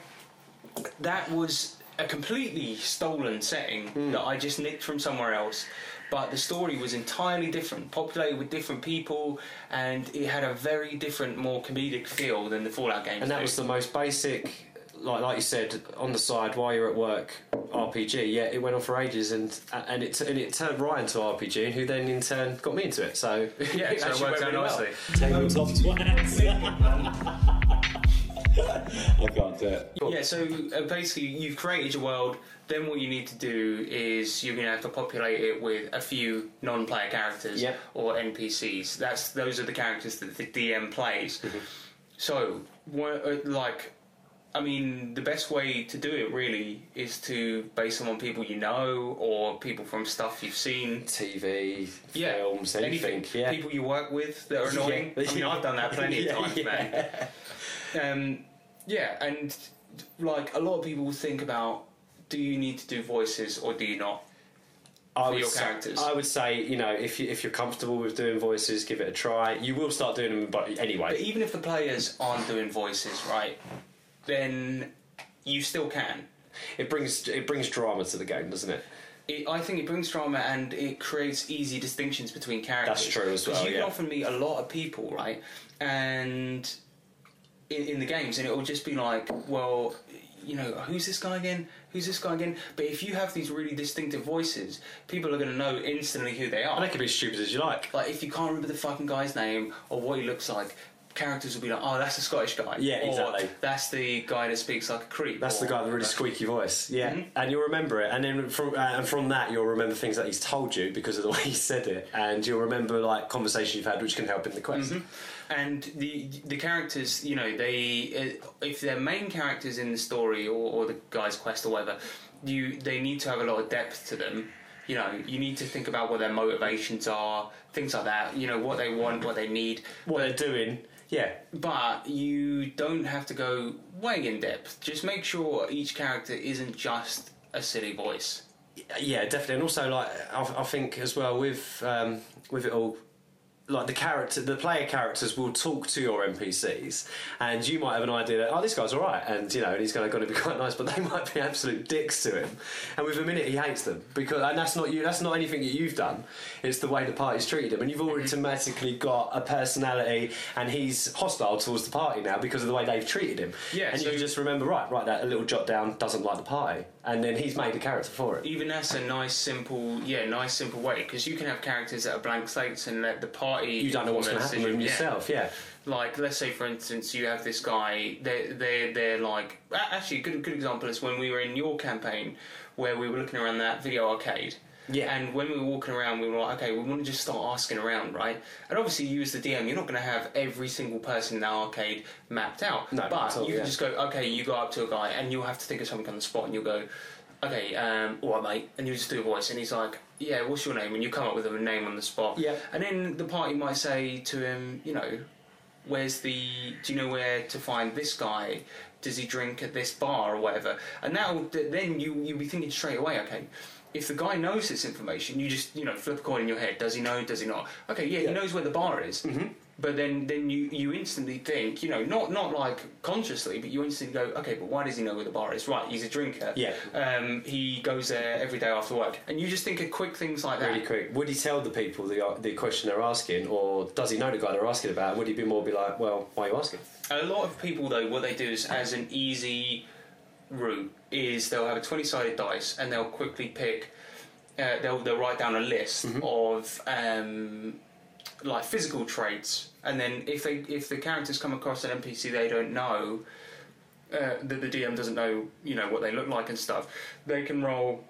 A: that was a completely stolen setting that I just nicked from somewhere else. But the story was entirely different, populated with different people, and it had a very different, more comedic feel than the Fallout games.
B: And that
A: do.
B: was the most basic, like like you said, on the side while you're at work RPG. Yeah, it went on for ages, and and it and it turned Ryan to RPG, and who then in turn got me into it. So (laughs)
A: yeah,
B: it
A: so it
B: actually
A: worked
B: went
A: out
B: really well.
A: nicely.
I: Tabletop twats. (laughs) I can't do it.
A: Yeah, so uh, basically, you've created your world. Then what you need to do is you're going to have to populate it with a few non-player characters
B: Yep.
A: or NPCs. That's those are the characters that the DM plays.
I: Mm-hmm.
A: So, wha- uh, like, I mean, the best way to do it really is to base them on people you know or people from stuff you've seen.
B: TV, films, anything. Yeah.
A: People you work with that are annoying.
B: (laughs) Yeah.
A: I mean, I've done that plenty
B: Yeah,
A: of times, man. Um, yeah, and like a lot of people think about do you need to do voices or do you not?
B: I
A: for
B: would
A: your
B: say-
A: characters.
B: I would say you know if you, if you're comfortable with doing voices, give it a try. You will start doing them, but
A: But
B: anyway.
A: even if the players aren't doing voices, right, then you still can.
B: It brings it brings drama to the game, doesn't it?
A: It, I think it brings drama and it creates easy distinctions between characters.
B: That's true as
A: 'Cause
B: well,
A: You
B: yeah.
A: can often meet a lot of people, right, and in, in the games, and it will just be like, well, you know, who's this guy again? Who's this guy again? But if you have these really distinctive voices, people are going to know instantly who they are.
B: And they can be as stupid as you like.
A: Like if you can't remember the fucking guy's name or what he looks like, characters will be like, "Oh, that's the Scottish guy."
B: Yeah,
A: or,
B: exactly.
A: That's the guy that speaks like a creep.
B: That's the
A: or-
B: guy with the really squeaky voice. Yeah, and you'll remember it, and then from uh, and from that you'll remember things that he's told you because of the (laughs) way he said it, and you'll remember like conversations you've had, which can help in the quest.
A: And the the characters, you know, they uh, if they're main characters in the story or, or the guy's quest or whatever, you they need to have a lot of depth to them. You know, you need to think about what their motivations are, things like that. You know, what they want, what they need.
B: What they're doing, yeah,
A: but you don't have to go way in depth. Just make sure each character isn't just a silly voice.
B: yeah, definitely. And also, like I, I think as well with um, with it all, like the character, the player characters will talk to your NPCs, and you might have an idea that oh, this guy's all right, and you know, and he's going to be (laughs) quite nice, but they might be absolute dicks to him, and within a minute he hates them because, and that's not you, that's not anything that you've done. It's the way the party's treated him, and you've
A: Mm-hmm.
B: automatically got a personality, and he's hostile towards the party now because of the way they've treated him.
A: Yeah,
B: and
A: so-
B: you just remember right, right, that a little jot down doesn't like the party, and then he's made a character for it.
A: even that's a nice simple yeah nice simple way because you can have characters that are blank slates and let the party
B: You don't know what's going to
A: influence
B: happen with him
A: decision- yeah.
B: yourself, yeah.
A: like let's say for instance you have this guy they they they're like a- actually a good good example is when we were in your campaign where we were looking around that video arcade
B: Yeah.
A: and when we were walking around we were like okay we want to just start asking around right and obviously you as the DM you're not going to have every single person in that arcade mapped out
B: No, not
A: but
B: at all,
A: you
B: yeah.
A: can just go okay you go up to a guy and you'll have to think of something on the spot and you'll go okay um alright mate and you just do a voice and he's like yeah what's your name and you come up with a name on the spot
B: Yeah.
A: and then the party might say to him you know where's the do you know where to find this guy does he drink at this bar or whatever and that'll th- then you you'll be thinking straight away okay if the guy knows this information you just you know flip a coin in your head does he know does he not okay yeah, he knows where the bar is
B: Mm-hmm.
A: but then then you you instantly think you know not not like consciously but you instantly go okay but why does he know where the bar is right he's a drinker
B: Yeah.
A: um, he goes there every day after work and you just think of quick things like that
B: really quick. Would he tell the people the, the question they're asking, or does he know the guy they're asking about? Would he be more be like, well, why are you asking?
A: A lot of people, though, what they do is as an easy route is they'll have a twenty-sided dice and they'll quickly pick. Uh, they'll they'll write down a list
B: Mm-hmm.
A: of um, like physical traits, and then if they if the characters come across an NPC they don't know, uh, that the DM doesn't know you know what they look like and stuff, they can roll.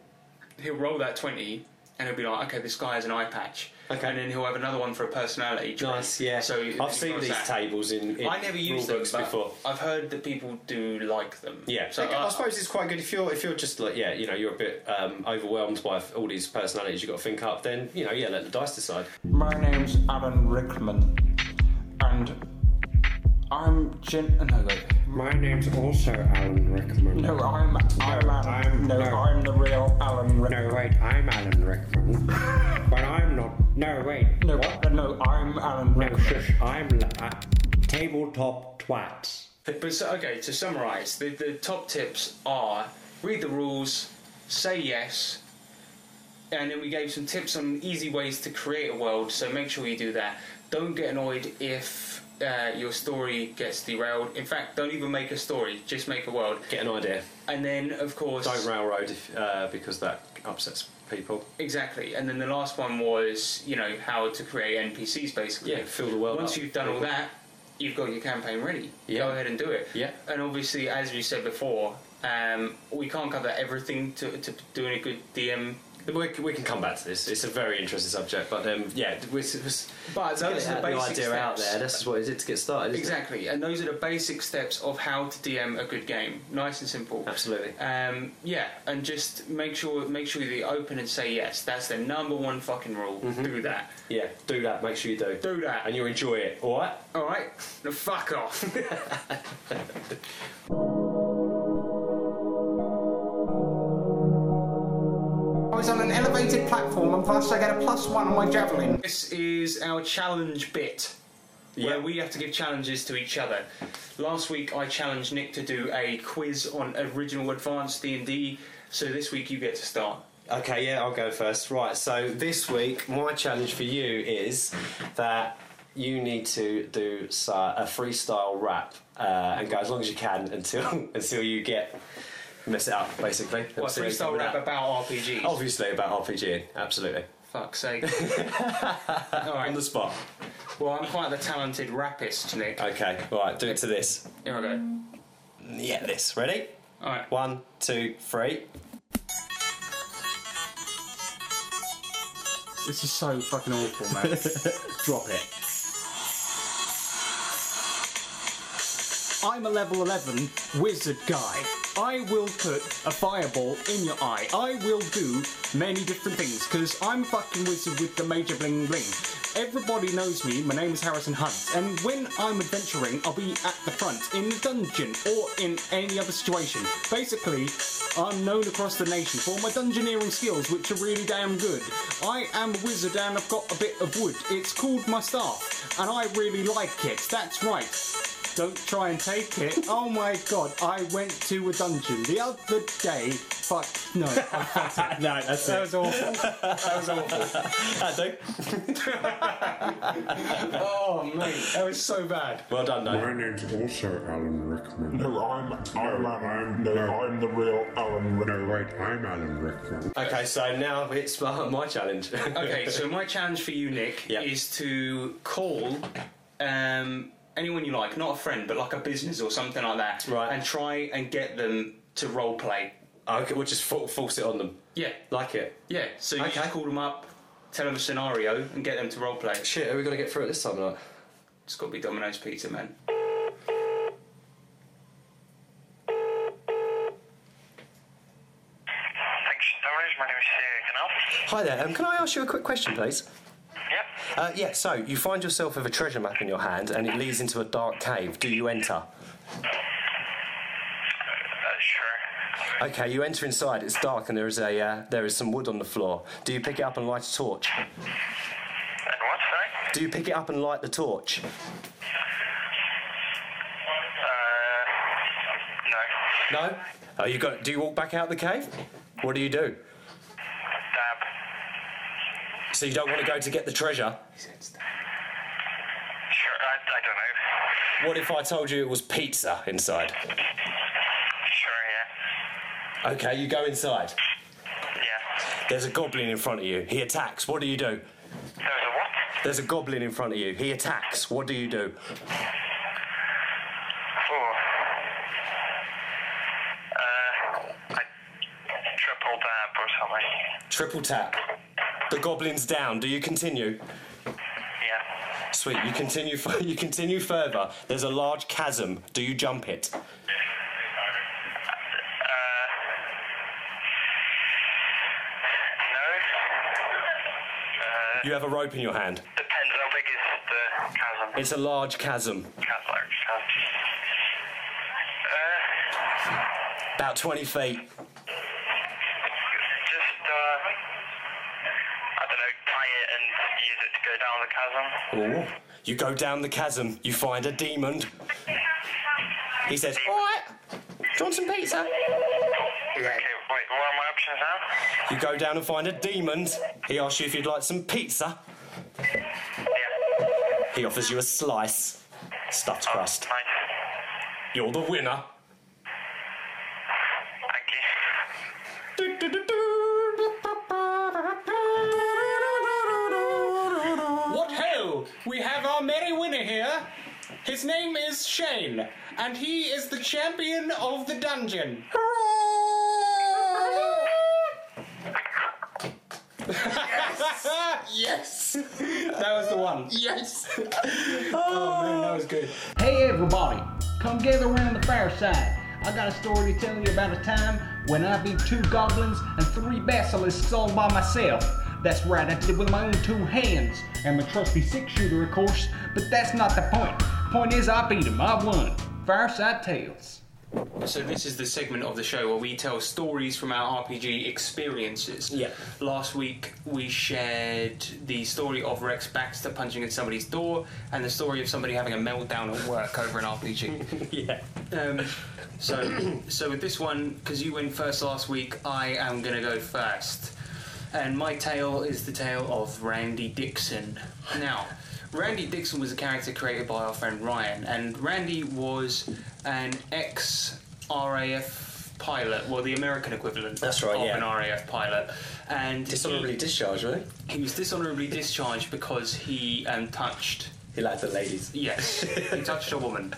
A: He'll roll that twenty. And he'll be like, okay, this guy has an eye patch.
B: Okay.
A: And then he'll have another one for a personality. trait.
B: Nice, yeah.
A: So you've
B: I've seen
A: got
B: these
A: that.
B: tables in, in
A: I never used
B: rule
A: them
B: books
A: but
B: before.
A: I've heard that people do like them.
B: Yeah,
A: So
B: so
A: I,
B: I, suppose it's quite good if you're if you're just like yeah, you know, you're a bit um, overwhelmed by all these personalities you've got to think up. Then you know, yeah, let the dice decide.
J: My name's Alan Rickman, and I'm gen. No, wait.
K: My name's also Alan Rickman.
J: no, I'm I'm Alan.
K: I'm-
J: no,
K: no.
J: I'm the real Alan
K: No,
J: Rickman.
K: wait, I'm
L: (laughs)
K: Alan Rickman. but I'm not. No, wait.
J: No,
K: what?
J: no, I'm Alan
K: No,
J: Rickman.
K: shush. I'm la- uh, tabletop twats.
A: but so, okay, to summarise, the, the top tips are read the rules, say yes, and then we gave some tips on easy ways to create a world. So make sure you do that. Don't get annoyed if uh, your story gets derailed. In fact, don't even make a story; just make a world.
B: Get an idea.
A: And then, of course,
B: Don't railroad if, uh, because that upsets people.
A: Exactly, and then the last one was you know how to create NPCs basically.
B: Yeah, fill the world
A: Once
B: up.
A: you've done all that, you've got your campaign ready.
B: Yeah.
A: Go ahead and do it.
B: Yeah.
A: And obviously, as we said before, um, we can't cover everything to, to doing a good DM.
B: We, c- we can come back to this. It's a very interesting subject, but um, yeah, it was, it was
A: But
B: So
A: those
B: it's
A: are the
B: the
A: basic
B: idea
A: steps.
B: out there. This is what it is to get started. Isn't
A: Exactly, and those are the basic steps of how to DM a good game. Nice and simple.
B: It? Absolutely.
A: Um, yeah, and just make sure make sure you open and say yes. That's the number one fucking rule.
B: Mm-hmm.
A: Do that.
B: Yeah. Do that. Make sure you do.
A: Do that.
B: And you'll enjoy it. All right.
A: All right. Now fuck
J: (laughs)
A: off.
J: I was on an elevated platform, and plus I get a plus one on my javelin.
A: This is our challenge bit, where we have to give challenges to each other. Last week, I challenged Nick to do a quiz on original advanced D and D. So this week, you get to start.
B: Okay. Yeah, I'll go first. Right. So this week, my challenge for you is that you need to do so- a freestyle rap uh, and go as long as you can until (laughs) until you get mess it up, basically.
A: Well,
B: Until you
A: freestyle
B: come
A: rap
B: with that. Oh,
A: about RPGs.
B: Obviously about RPG. Absolutely.
A: fuck's
B: (laughs)
A: sake! All
B: On
A: right.
B: the spot.
A: Well, I'm quite the talented rapist, Nick.
B: Okay. All right. Do it to this.
A: Here I go.
B: Yeah. This. Ready?
A: All right.
B: One, two, three.
J: This is so fucking awful, man. Drop it. I'm a level 11 wizard guy. I will put a fireball in your eye. I will do many different things because I'm a fucking wizard with the major bling bling.
M: Everybody knows me. My name is Harrison Hunt, and when I'm adventuring, I'll be at the front in the dungeon or in any other situation. Basically, I'm known across the nation for my dungeoneering skills, which are really damn good. I am a wizard and I've got a bit of wood. It's called my staff, and I really like it. That's right. Don't try and take it. Oh my god, I went to a dungeon the other day. Fuck, no. I fucked it.
B: no, that's
M: That was awful. That was awful.
B: I do.
M: Oh, mate, that was so bad.
B: Well done, though.
K: My name's also Alan Rickman.
L: No, I'm Alan. I'm, no, I'm the real Alan. Rick-
K: No, wait, I'm Alan Rickman.
B: Okay, so now it's my my challenge. (laughs)
A: Okay, so my challenge for you, Nick,
B: Yeah.
A: is to call um, anyone you like, not a friend, but like a business or something like that,
B: Right.
A: and try and get them to role play.
B: okay, we'll just for- force it on them.
A: Yeah,
B: Like it.
A: yeah. So you
B: Okay.
A: just call them up, tell them a scenario, and get them to role play.
B: Shit, are we gonna get through it this time or not?
A: It's got to be Domino's Pizza, man.
N: Thanks, Domino's. My name is uh, Theo Canal.
B: Hi there. Um, can I ask you a quick question, please?
N: Yep.
B: Uh, yeah. So you find yourself with a treasure map in your hand, and it leads into a dark cave. Do you enter?
N: Uh, sure.
B: Okay, you enter inside. It's dark, and there is a uh, there is some wood on the floor. Do you pick it up and light a torch?
N: And what, sorry?
B: Do you pick it up and light the torch?
N: Uh, no.
B: No. Oh, you got. Do you walk back out the cave? What do you do?
N: Dab.
B: So you don't want to go to get the treasure.
N: Sure, I, I don't know.
B: What if I told you it was pizza inside?
N: Sure, yeah.
B: Okay, you go inside.
N: Yeah.
B: There's a goblin in front of you. He attacks. What do you do?
N: There's a what?
B: There's a goblin in front of you. He attacks. What do you do?
N: Oh. Uh, I triple dab or something.
B: Triple tap. The goblin's down. Do you continue?
N: Yeah.
B: Sweet. You continue. (laughs) f- You continue further. There's a large chasm. Do you jump it?
N: Uh, no. Uh,
B: You have a rope in your hand.
N: depends how big is the chasm.
B: It's a large chasm,
N: Cat large chasm. Uh,
B: about 20 feet.
N: just, uh, I don't know, tie it and use it to go down the chasm.
B: Ooh. You go down the chasm. You find a demon. He says, "All right, Johnson pizza."
N: Okay, wait, what are my options now?
B: You go down and find a demon. He asks you if you'd like some pizza. He offers you a slice, stuffed crust.
N: Nice.
B: You're the winner.
N: Thank you.
M: What ho! We have our merry winner here. His name is Shane, and he is the champion of the dungeon. (laughs) yes!
A: That was the one.
M: Yes! oh man, that was good.
C: Hey everybody, come gather around the fireside. I got a story to tell you about a time when I beat two goblins and three basilisks all by myself. That's right, I did it with my own two hands and my trusty six shooter, of course, but that's not the point. Point is, I beat 'em. I won. Fireside Tales.
A: So this is the segment of the show where we tell stories from our RPG experiences. Yeah. Last week we shared the story of Rex Baxter punching at somebody's door and the story of somebody having a meltdown at work over an RPG.
B: yeah.
A: Um, so (clears throat) so with this one, because you went first last week, I am going to go first. And my tale is the tale of Randy Dixon. Now, Randy Dixon was a character created by our friend Ryan, and Randy was an ex RAF pilot, well, the American equivalent
B: That's right,
A: of
B: yeah.
A: an RAF pilot. And
B: Dishonorably discharged, really?
A: He was dishonorably discharged because he um, touched
B: He likes the ladies.
A: Yes, he touched a woman.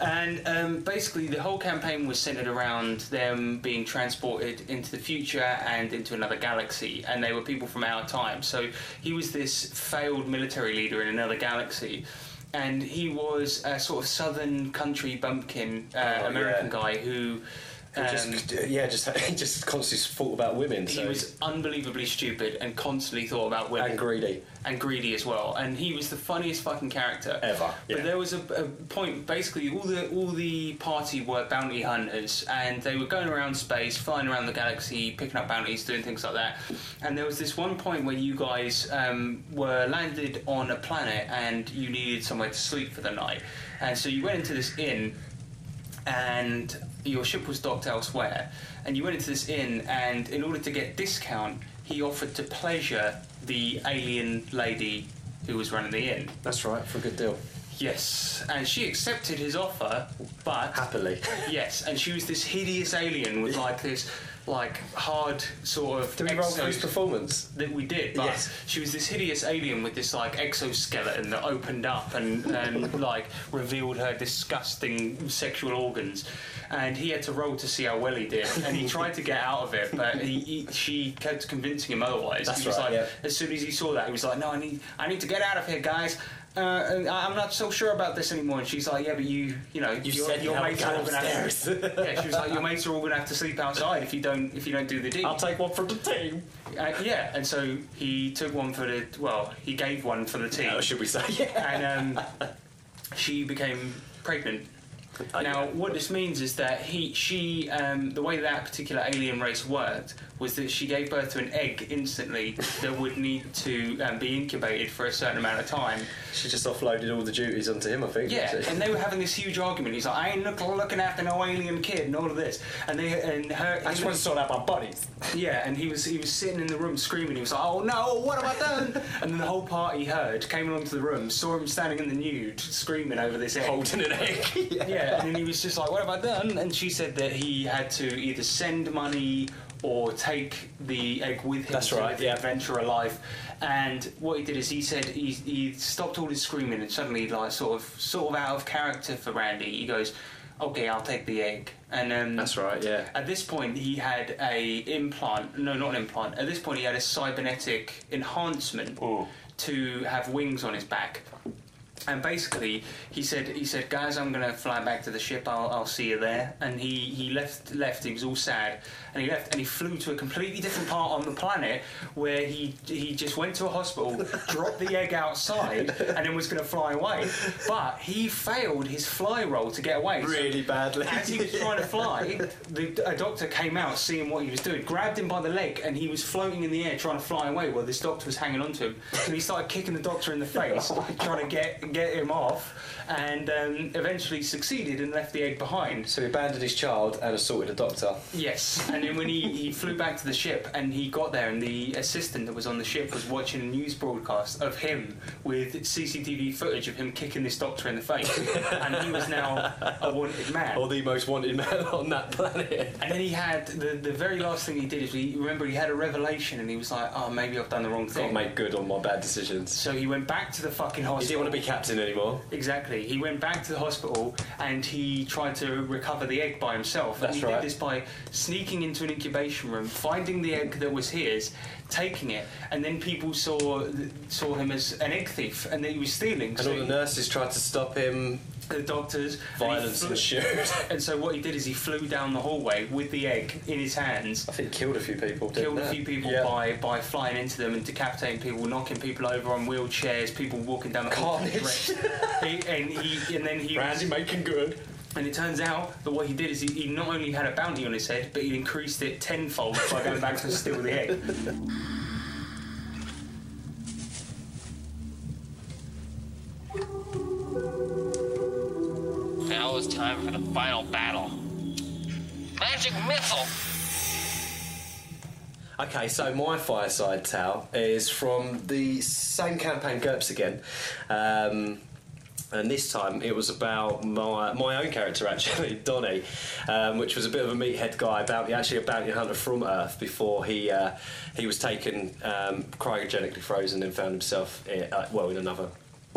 A: And um, basically, the whole campaign was centered around them being transported into the future and into another galaxy. And they were people from our time. So he was this failed military leader in another galaxy. And he was a sort of southern country bumpkin uh,
B: Oh,
A: American
B: yeah.
A: guy who um,
B: He just, uh, yeah, just (laughs) he just constantly thought about women.
A: He
B: so-
A: was unbelievably stupid and constantly thought about women.
B: And greedy.
A: And greedy as well. And he was the funniest fucking character
B: Ever, yeah.
A: But there was a, a point. Basically, all the all the party were bounty hunters, and they were going around space, flying around the galaxy, picking up bounties, doing things like that. And there was this one point where you guys um, were landed on a planet, and you needed somewhere to sleep for the night. And so you went into this inn and your ship was docked elsewhere, and you went into this inn, and in order to get discount, he offered to pleasure the alien lady who was running the inn.
B: (laughs) That's right, for a good deal.
A: Yes, and she accepted his offer, but happily. yes, and she was this hideous alien with like this, like hard sort of.
B: Did we roll for his
A: performance? That we did. But
B: Yes.
A: She was this hideous alien with this like exoskeleton that opened up and
B: (laughs)
A: and like revealed her disgusting sexual organs, and he had to roll to see how well he did, and
B: (laughs)
A: he tried to get out of it, but he, he she kept convincing him otherwise.
B: That's
A: he was
B: right,
A: like,
B: yeah.
A: as soon as he saw that, he was like, "No, I need, I need to get out of here, guys. Uh, and I- I'm not so sure about this anymore." And she's like, "Yeah, but you, you know,
B: You
A: your,
B: said you
A: your
B: haven't
A: mates
B: gone
A: are all gonna have to,
B: upstairs.
A: (laughs) yeah." She was like, "Your mates are all gonna have to sleep outside if you don't, if you don't do the deed." I'll
B: take one for the team.
A: Uh, yeah, and so he took one for the well, he gave one for the team.
B: Oh,
A: should
B: (laughs)
A: we say? And um, she became pregnant. Now, what this means is that he, she, um, the way that particular alien race worked was that she gave birth to an egg instantly that would need to um, be incubated for a certain amount of time.
B: She just offloaded all the duties onto him, I think.
A: Yeah,
B: didn't she?
A: and they were having this huge argument. He's like, "I ain't look, looking after no alien kid and all of this," and they and her. I just want to sort out my bodies. Yeah, and he was he was sitting in the room screaming. He was like, "Oh no, what have I done?" and then the whole party heard, came along to the room, saw him standing in the nude, screaming over this egg, holding an egg. yeah. and then he was just like, "What have I done?" And she said that he had to either send money. Or take the egg with him
B: That's
A: to
B: right,
A: live the adventure of life. And what he did is he said he, he stopped all his screaming and suddenly like sort of sort of out of character for Randy. He goes, "Okay, I'll take the egg." And um, that's
B: right, yeah.
A: At this point, he had a implant. No, not an implant. At this point, he had a cybernetic enhancement to have wings on his back. And basically, he said, he said, guys, I'm gonna fly back to the ship. I'll, I'll see you there. And he, he left, left. He was all sad, and he left, and he flew to a completely different part on the planet where he he just went to a hospital, dropped the egg outside, and then was gonna fly away. But he failed his fly roll to get away
B: Really badly.
A: As he was trying to fly, the, a doctor came out, seeing what he was doing, grabbed him by the leg, and he was floating in the air trying to fly away. While this doctor was hanging onto him, and he started kicking the doctor
B: (laughs)
A: in the face,
B: Oh
A: trying to get get him off, and um, eventually succeeded and left the egg behind.
B: So he abandoned his child and assaulted a doctor.
A: Yes, and then when he, he flew back to the ship and he got there, and the assistant that was on the ship was watching a news broadcast of him with CCTV footage of him kicking this doctor in the face, and he was now a wanted
B: (laughs)
A: man.
B: Or the most wanted man (laughs) on that planet.
A: And then he had the, the very last thing he did is he remember he had a revelation and he was like, oh maybe I've done the wrong
B: Can't
A: thing.
B: make good on my bad decisions.
A: So he went back to the fucking hospital.
B: He didn't want to be captain anymore.
A: Exactly. He went back to the hospital and he tried to recover the egg by himself. and
B: That's
A: he
B: right.
A: did this by sneaking into an incubation room, finding the egg that was his, taking it, and then people saw saw him as an egg thief and that he was stealing.
B: And all the nurses tried to stop him.
A: The doctors.
B: Violence
A: and he
B: ensued.
A: And so what he did is he flew down the hallway with the egg in his hands.
B: I think he killed a few people. Didn't
A: Killed a
B: they?
A: few people
B: Yeah.
A: by, by flying into them and decapitating people, knocking people over on wheelchairs, people walking down the hall.
B: Carnage.
A: (laughs) He- and he and then he Randy
B: making good.
A: And it turns out that what he did is he, he not only had a bounty on his head, but he increased it tenfold by going back to steal the
B: (laughs)
A: egg.
O: Now it's time for the final battle. Magic missile!
B: Okay, so my fireside tale is from the same campaign, GURPS again. Um, and this time it was about my my own character (laughs) actually, Donnie, um, which was a bit of a meathead guy, bounty actually a bounty hunter from Earth before he uh, he was taken um, cryogenically frozen and found himself i uh, well in another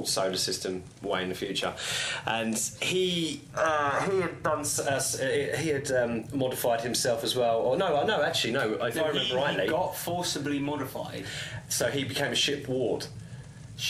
B: solar system way in the future, and he uh, he had done s- uh, s- uh, he had um, modified himself as well. Or no, no, actually no. If
A: No,
B: I
A: he-
B: remember rightly,
A: he got forcibly modified.
B: So he became a ship ward.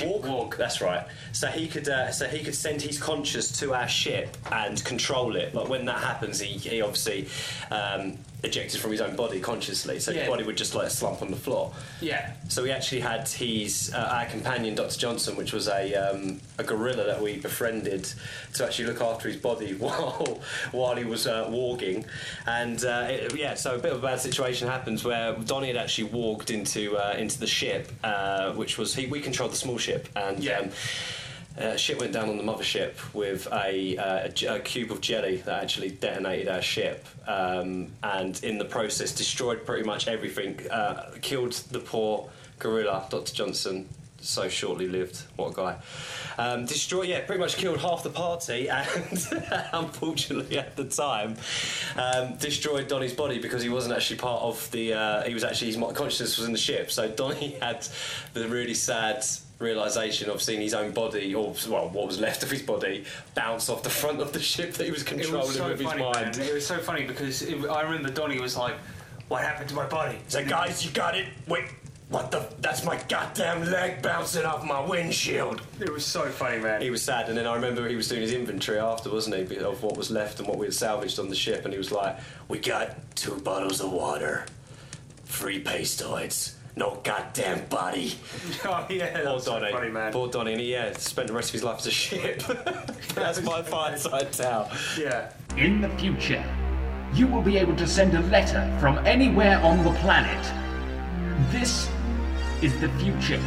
B: Walk. That's right. So he could, uh, so he could send his conscious to our ship and control it. But when that happens, he, he obviously um, ejected from his own body consciously. So
A: Yeah.
B: his body would just like slump on the floor.
A: Yeah.
B: So we actually had his uh, our companion Dr. Johnson, which was a um, a gorilla that we befriended to actually look after his body (laughs) while while he was uh, warging, and uh, it- yeah, so a bit of a bad situation happens where Donnie had actually warged into uh, into the ship, uh, which was he we controlled the small ship and. Um, uh, shit went down on the mothership with a, uh, a, j- a cube of jelly that actually detonated our ship, um, and in the process destroyed pretty much everything. Uh, killed the poor gorilla, Dr. Johnson. So shortly lived. What a guy. Um, destroyed, yeah, pretty much killed half the party, (laughs) and unfortunately at the time, um, destroyed Donnie's body because he wasn't actually part of the. Uh, he was actually his consciousness was in the ship, so Donnie (laughs) had the really sad realization of seeing his own body, or well, what was left of his body, bounce off the front of the ship that he was controlling with his
A: funny,
B: mind.
A: man. It was so funny because it, I remember Donnie was like, "What happened to my body?"
K: So, guys, you got it? Wait, what the? That's my goddamn leg bouncing off my windshield.
A: It was so funny, man.
B: He was sad, and then I remember he was doing his inventory after, wasn't he, of what was left and what we had salvaged on the ship, and he was like, "We got two bottles of water,
K: Free pastoids. No goddamn body.
A: (laughs) Oh yeah,
B: Poor Donnie. Poor Donnie, and he yeah, spent the rest of his life as a ship. (laughs) That's my fireside towel.
A: Yeah.
C: In the future, you will be able to send a letter from anywhere on the planet. This is the future.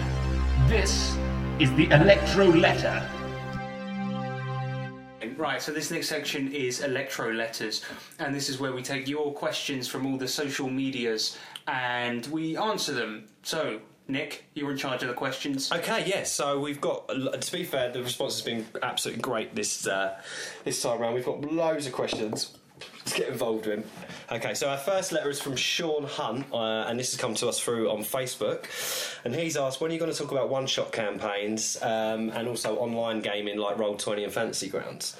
C: This is the electro letter.
A: Right, so this next section is electro letters, and this is where we take your questions from all the social medias and we answer them. So, Nick, you're in charge of the questions.
B: Okay, yeah. So we've got. a lo- To be fair, the response has been absolutely great this uh, this time round. We've got loads of questions. Let's get involved in. Okay, so our first letter is from Sean Hunt, uh, and this has come to us through on Facebook. And he's asked, when are you going to talk about one-shot campaigns um, and also online gaming like Roll Twenty and Fantasy Grounds?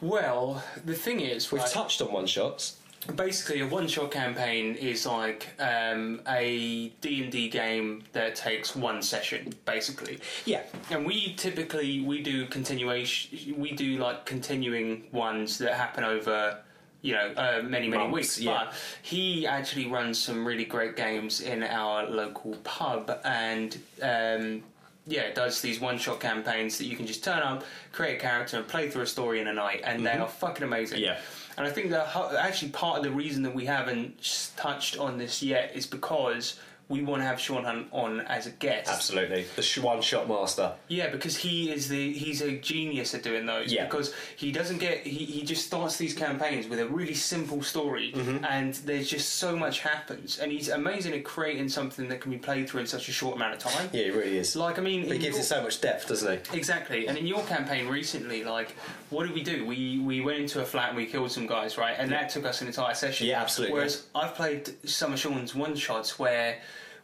A: Well, the thing is,
B: We've
A: right,
B: touched on one-shots.
A: basically a one-shot campaign is like um, a d&d game that takes one session basically
B: yeah
A: and we typically we do continuation we do like continuing ones that happen over you know uh, many many
B: Months,
A: weeks
B: yeah.
A: but he actually runs some really great games in our local pub and um, yeah does these one-shot campaigns that you can just turn up create a character and play through a story in a night and they
B: Mhm.
A: are fucking amazing yeah and I think that ho- actually part of the reason that we haven't s- touched on this yet is because we want to have Sean Hunt on as a guest.
B: Absolutely, the sh- one-shot master.
A: Yeah, because he is the he's a genius at doing those.
B: Yeah.
A: Because he doesn't get he, he just starts these campaigns with a really simple story
B: Mm-hmm.
A: and there's just so much happens and he's amazing at creating something that can be played through in such a short amount of time.
B: Yeah, he really is.
A: Like I mean
B: He
A: in
B: gives
A: your-
B: it so much depth, doesn't he?
A: Exactly. And in your campaign recently, like, what did we do? We we went into a flat and we killed some guys, right? And that took us an entire session.
B: Yeah, absolutely.
A: Whereas I've played some of Sean's one shots where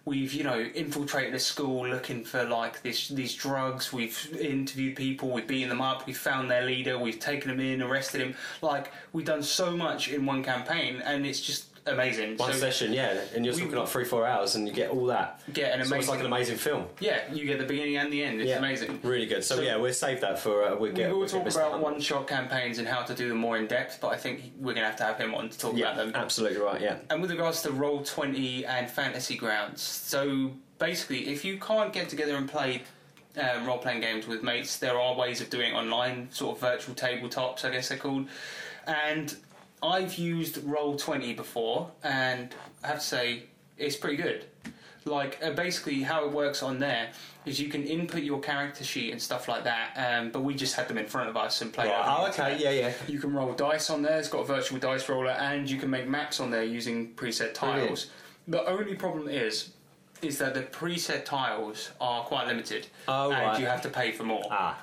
A: we've you know infiltrated a school looking for like this these drugs. We've interviewed people. We've beaten them up. We've found their leader. We've taken him in, arrested him. Like we've done so much in one campaign, and it's just amazing.
B: One
A: So-
B: session, yeah, and you're
A: We-
B: talking like three, four hours, and you get all that.
A: Get an
B: It's almost
A: amazing-
B: like an amazing film.
A: Yeah, you get the beginning and the end. It's
B: yeah,
A: amazing.
B: Really good. So,
A: So-
B: yeah, we'll save that for uh, we'll
A: We
B: get.
A: will
B: we'll get
A: talk
B: Mr.
A: about
B: Hunt.
A: one-shot campaigns and how to do them more in depth, but I think we're going to have to have him on to talk
B: Yeah,
A: about them.
B: absolutely right. Yeah.
A: And with regards to Roll Twenty and Fantasy Grounds, so basically, if you can't get together and play um, role-playing games with mates, there are ways of doing it online, sort of virtual tabletops, I guess they're called. And I've used Roll Twenty before, and I have to say it's pretty good. Like uh, basically, how it works on there is you can input your character sheet and stuff like that. Um, but we just had them in front of us and played.
B: Right,
A: over the
B: oh, okay,
A: internet.
B: yeah, yeah.
A: You can roll dice on there. It's got a virtual dice roller, and you can make maps on there using preset tiles. The only problem is, is that the preset tiles are quite limited,
B: Oh,
A: and
B: right.
A: you have to pay for more. Ah.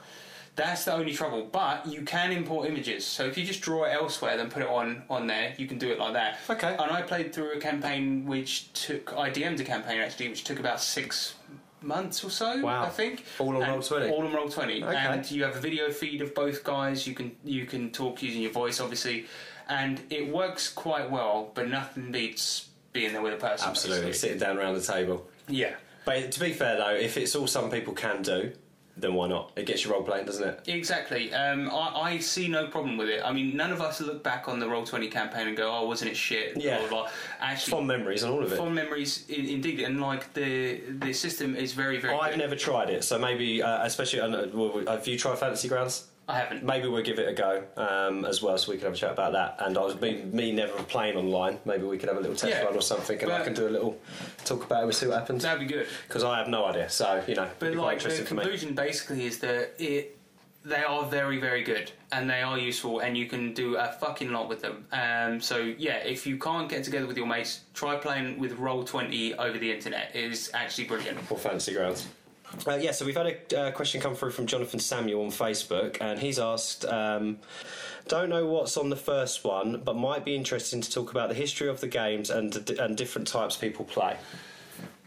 A: That's the only trouble, but you can import images. So if you just draw it elsewhere, then put it on on there, you can do it like that. Okay. And I played through a campaign which took I DM'd a campaign actually, which took about six months or so.
B: Wow.
A: I think
B: All on roll twenty.
A: all on roll twenty,
B: Okay.
A: and you have a video feed of both guys. You can you can talk using your voice, obviously, and it works quite well. But nothing beats being there with a person.
B: Absolutely,
A: basically.
B: sitting down around the table.
A: Yeah.
B: But to be fair though, if it's all some people can do, then why not? It gets you role playing, doesn't it?
A: Exactly. Um, I, I see no problem with it. I mean, none of us look back on the Roll Twenty campaign and go, "Oh, wasn't it shit?"
B: Yeah.
A: Blah, blah, blah. Actually,
B: Fond memories and all of it.
A: Fond memories, in, indeed. And like the the system is very, very.
B: I've never tried it, so maybe, uh, especially, I know, well, have you tried Fantasy Grounds?
A: I haven't.
B: Maybe we'll give it a go um, as well, so we can have a chat about that. And I was me, me never playing online. Maybe we could have a little test
A: Yeah.
B: run or something, and I
A: But-
B: can do a little talk about it. We'll see what happens.
A: That'd be good.
B: Because I have no idea, so you know,
A: But
B: it'd be quite
A: like the
B: interesting for me.
A: conclusion basically is that it they are very very good and they are useful and you can do a fucking lot with them. Um, so yeah, if you can't get together with your mates, try playing with Roll Twenty over the internet. It is actually brilliant.
B: Or Fantasy Grounds. Uh, yeah, so we've had a uh, question come through from Jonathan Samuel on Facebook, and he's asked, um, "Don't know what's on the first one, but might be interesting to talk about the history of the games and and different types people play."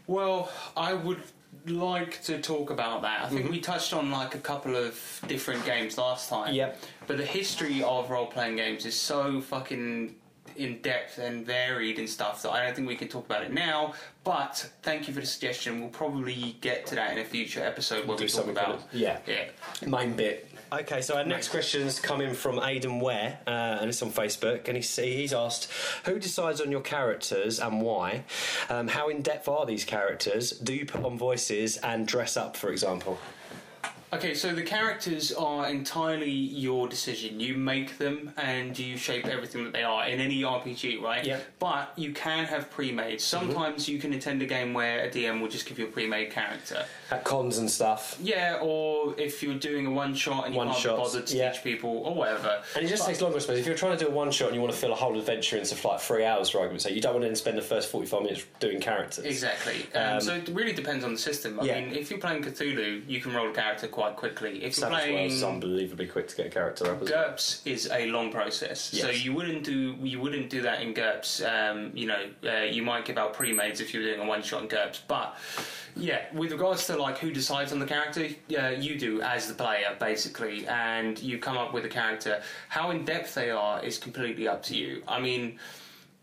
A: Well, I would like to talk about that. I think
B: Mm-hmm.
A: we touched on like a couple of different games last time. Yep. But the history of role playing games is so fucking in depth and varied and stuff that I don't think we can talk about it now. But thank you for the suggestion. We'll probably get to that in a future episode where we talk
B: something
A: about
B: with it. Yeah.
A: yeah.
B: Main bit. Okay, so our next question's coming from Aidan Ware, uh, and it's on Facebook, and he's, he's asked, "Who decides on your characters and why? Um, how in depth are these characters? Do you put on voices and dress up, for example?"
A: Okay, so the characters are entirely your decision. You make them and you shape everything that they are in any RPG, right? Yeah. But you can have pre
B: Mm-hmm.
A: made. Sometimes you can attend a game where a DM will just give you a pre made character.
B: At cons and stuff.
A: Yeah, or if you're doing a one shot and you can't be
B: One-shots,
A: bothered to teach people or whatever.
B: And it just
A: But-
B: takes longer, I suppose. If you're trying to do a one shot and you want to fill a whole adventure into like three hours, for argument's sake, you don't want to then spend the first 45 minutes doing characters.
A: Exactly. Um,
B: Um,
A: so it really depends on the system. I
B: yeah.
A: mean, if you're playing Cthulhu, you can roll a character quite quickly. If you're
B: Savage
A: playing
B: Worlds is unbelievably quick to get a character up. isn't it?
A: GURPS is a long process, so
B: Yes.
A: you wouldn't do you wouldn't do that in GURPS. Um, you know, uh, you might give out pre-mades if you were doing a one shot in GURPS, but yeah, with regards to like who decides on the character, uh, you do as the player basically, and you come up with a character. How in depth they are is completely up to you. I mean,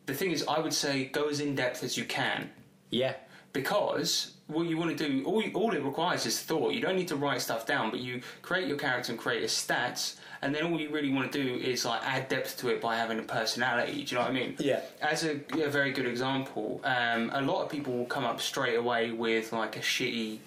A: the thing is, I would say go as in depth as you can.
B: Yeah.
A: Because what you want to do, all, all it requires is thought. You don't need to write stuff down, but you create your character and create his stats, and then all you really want to do is like add depth to it by having a personality. Do you know what I mean?
B: Yeah.
A: As a, a very good example, um, a lot of people will come up straight away with like a shitty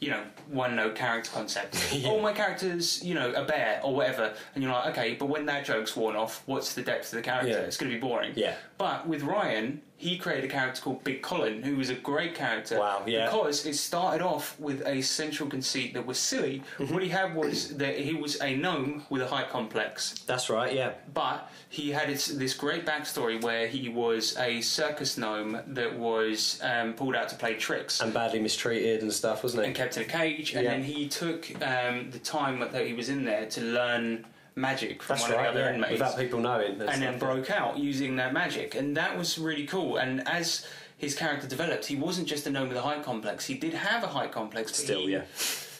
A: you know, one note character
B: (laughs)
A: concept. All my characters, you know, a bear or whatever, and you're like, okay, but when that joke's worn off, what's the depth of the character?
B: Yeah.
A: It's going to be boring. Yeah. But with Ryan, he created a character called Big Colin, who was a great character. Wow.
B: yeah.
A: Because it started off with a central conceit that was silly.
B: Mm-hmm.
A: What he had was that he was a gnome with a height complex.
B: That's right, yeah.
A: But he had this, this great backstory where he was a circus gnome that was um, pulled out to play tricks
B: And badly mistreated and stuff, wasn't it?
A: and kept in a cage. And
B: Yeah.
A: then he took um, the time that he was in there to learn magic from
B: That's
A: one
B: right,
A: of the other
B: yeah,
A: inmates.
B: without people knowing and
A: And, then
B: stuff, yeah.
A: broke out using that magic. And that was really cool. And as his character developed, he wasn't just a gnome with a height complex. He did have a height complex. But
B: Still,
A: he,
B: yeah.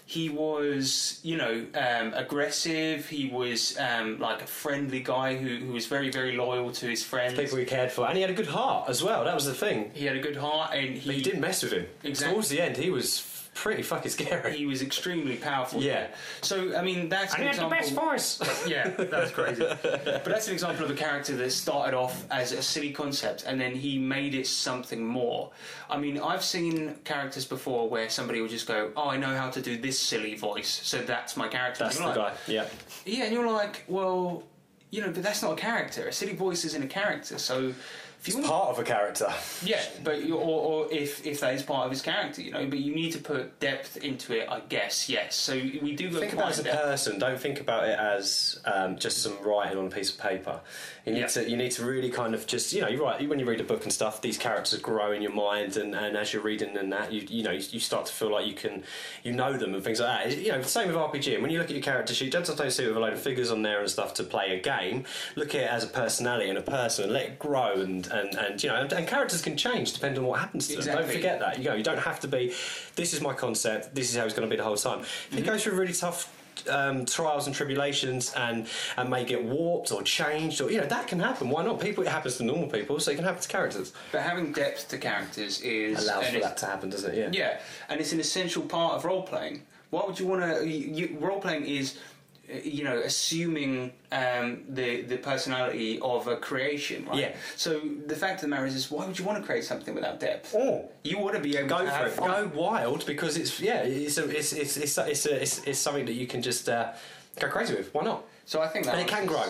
A: He was, you know, um, aggressive. He was um, like a friendly guy who, who was very, very loyal to his friends.
B: People he cared for. And he had a good heart as well, that was the thing.
A: He had a good heart and he.
B: But you didn't mess with him.
A: Exactly.
B: Towards the end, he was pretty fucking scary.
A: He was extremely powerful.
B: Yeah.
A: So I mean, that's
B: And
A: an
B: he had the
A: example.
B: best voice.
A: yeah, that's crazy. but that's an example of a character that started off as a silly concept and then he made it something more. I mean, I've seen characters before where somebody will just go, "Oh, I know how to do this silly voice, so that's my character."
B: (laughs) That's
A: And
B: the
A: you're
B: guy,
A: like- (laughs)
B: yeah.
A: Yeah, and you're like, well, you know, but that's not a character. A silly voice isn't a character. So if you want
B: Part of a character.
A: yeah, but you- or, or if if that is part of his character, you know. But you need to put depth into it, I guess. Yes. So we do look
B: Think
A: quite
B: about it as a
A: in depth.
B: person. Don't think about it as um, just some writing on a piece of paper. You need to you need to really kind of just you know you write when you read a book and stuff. These characters grow in your mind, and, and as you're reading and that you you know you, you start to feel like you can you know them and things like that. You know, same with RPG. And when you look at your character sheet, don't sometimes see it with a load of figures on there and stuff to play a game. Look at it as a personality and a person, and let it grow. And and, and you know, and, and characters can change depending on what happens to them. Don't
A: Exactly.
B: forget Mm-hmm. that. You know, you don't have to be. This is my concept. This is how it's going to be the whole time. If It goes through a really tough um, trials and tribulations and and may get warped or changed or you know that can happen. Why not? People, it happens to normal people, so it can happen to characters.
A: But having depth to characters is
B: Allows
A: and
B: for
A: it's-
B: that to happen, doesn't it? Yeah.
A: Yeah, and it's an essential part of role playing. Why would you want to? You, role playing is, uh, you know, assuming um, the the personality of a creation, right?
B: Yeah.
A: So the fact of the matter is, is why would you want to create something without depth?
B: Oh.
A: You want to be able
B: Go
A: to
B: for
A: have
B: it.
A: fun.
B: Go wild because it's yeah, it's a, it's it's it's a- it's, a, it's it's something that you can just uh, go crazy with. Why not?
A: So I think that
B: and it can grow.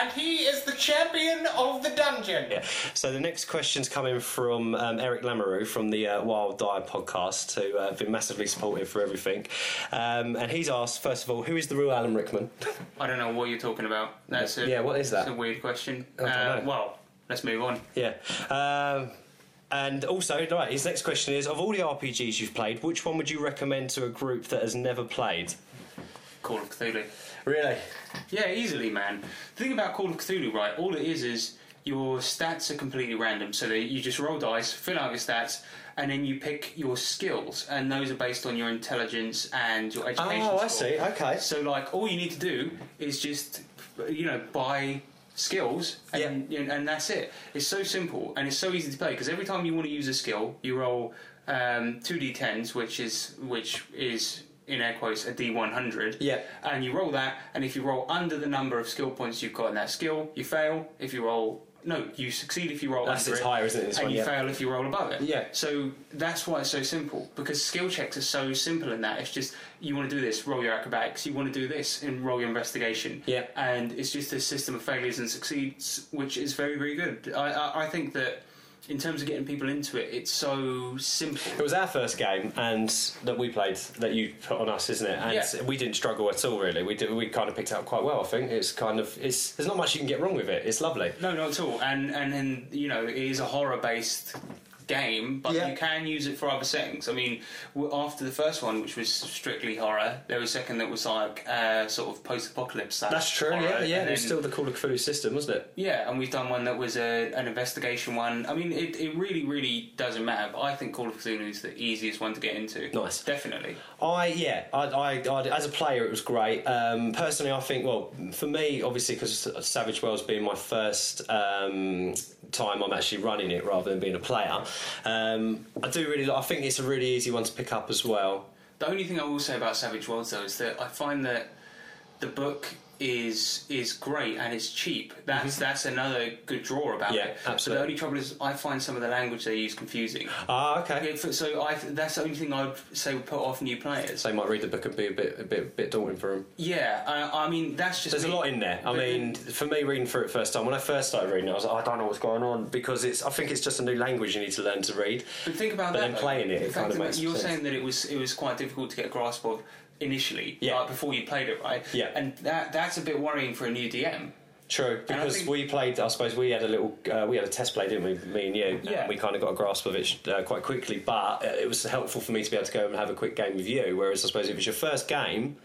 A: And he is the champion of the dungeon.
B: Yeah. So the next question's coming from um, Eric Lamoureux from the uh, Wild Die podcast, who uh, have been massively supportive for everything. Um, and he's asked, first of all, who is the real Alan Rickman? (laughs)
A: I don't know what you're talking about. That's a,
B: Yeah, what is that?
A: It's a weird question.
B: I don't
A: Uh,
B: know.
A: well, let's move on.
B: yeah. Um, and also, right, his next question is: Of all the RPGs you've played, which one would you recommend to a group that has never played?
A: Call of Cthulhu.
B: Really?
A: Yeah, easily, man. The thing about Call of Cthulhu, right? All it is is your stats are completely random, so that you just roll dice, fill out your stats, and then you pick your skills, and those are based on your intelligence and your education.
B: Oh, I
A: score.
B: see. Okay.
A: So, like, all you need to do is just, you know, buy skills, and and- and that's it. It's so simple, and it's so easy to play because every time you want to use a skill, you roll um, two d10s, which is which is in air quotes a d100.
B: Yeah.
A: And you roll that, and if you roll under the number of skill points you've got in that skill, you fail. If you roll no, you succeed if you roll
B: That's-
A: under
B: it's higher, isn't it, this
A: and
B: one,
A: you
B: yeah.
A: fail if you roll above it.
B: Yeah.
A: So that's why it's so simple because skill checks are so simple in that it's just you want to do this, roll your acrobatics. You want to do this, and roll your investigation.
B: Yeah.
A: And it's just a system of failures and succeeds, which is very very good. I I, I think that. In terms of getting people into it, it's so simple.
B: It was our first game, and that we played that you put on us, isn't it? And
A: Yeah.
B: we didn't struggle at all, really. We did, we kind of picked it up quite well. I think it's kind of it's there's not much you can get wrong with it. It's lovely.
A: No, not at all. And and then you know it is a horror based game, but you can use it for other settings. I mean, w- after the first one, which was strictly horror, there was a second that was like uh, sort of post apocalypse.
B: That's true. Yeah, yeah. It was still
A: still
B: the Call of Cthulhu system, wasn't it?
A: yeah, and we've done one that was a, an investigation one. I mean, it, it really, really doesn't matter. But I think Call of Cthulhu is the easiest one to get into.
B: Nice.
A: definitely.
B: I yeah, I, I, I as a player it was great. Um, personally, I think well for me, obviously because Savage Worlds being my first um, time, I'm actually running it rather than being a player. Um, I do really, like- I think it's a really easy one to pick up as well.
A: The only thing I will say about Savage Worlds though is that I find that the book is is great and it's cheap. That's that's another good draw about
B: Mm-hmm. Yeah,
A: it. But
B: absolutely.
A: the only trouble is I find some of the language they use confusing.
B: Ah, okay.
A: Yeah, f- so I that's the only thing I'd say would put off new players.
B: So they might read the book and be a bit, a bit, bit daunting for them.
A: Yeah, I, I mean that's just
B: There's a
A: me.
B: lot in there. I
A: But then-
B: mean, for me, reading through it first time, when I first started reading it, I was like, I don't know what's going on because it's. I think it's just a new language you need to learn to read.
A: But think about
B: But
A: that.
B: then
A: though.
B: playing it,
A: The
B: it kind
A: fact
B: of
A: that
B: makes
A: You're
B: sense.
A: saying that it was it was quite difficult to get a grasp of initially,
B: Yeah.
A: like, before you played it, right?
B: Yeah.
A: And that that's a bit worrying for a new DM.
B: True,
A: And I
B: because
A: think-
B: we played. I suppose we had a little. Uh, we had a test play, didn't we? Me and you.
A: Yeah.
B: And we kind of got a grasp of it uh, quite quickly, but uh, it was helpful for me to be able to go and have a quick game with you. Whereas I suppose if it's your first game,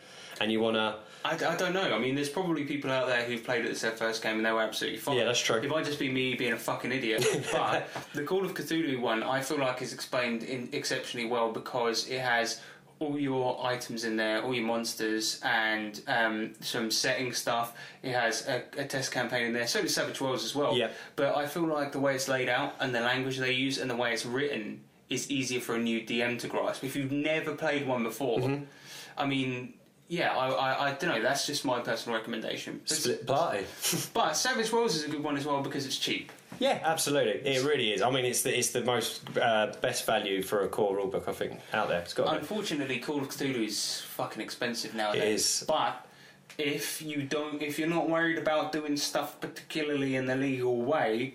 B: and you want to.
A: I, I don't know. I mean, there's probably people out there who've played it as their first game and they were absolutely fine. Yeah,
B: that's true.
A: It might just be me being a fucking
B: (laughs)
A: idiot. but the Call of Cthulhu one, I feel like is explained in exceptionally well because it has all your items in there, all your monsters, and um, some setting stuff. It has a, a test campaign in there. So does Savage Worlds as well.
B: Yeah.
A: But I feel like the way it's laid out and the language they use and the way it's written is easier for a new DM to grasp. If you've never played one before,
B: Mm-hmm.
A: I mean, yeah, I, I, I don't know. That's just my personal recommendation.
B: Split party.
A: But Savage Worlds is a good one as well because it's cheap.
B: Yeah, absolutely. It really is. I mean, it's the it's the most uh, best value for a core rulebook I think out there. It's got to be.
A: Unfortunately, Call of Cthulhu is fucking expensive nowadays.
B: is.
A: But if you don't, if you're not worried about doing stuff particularly in the legal way,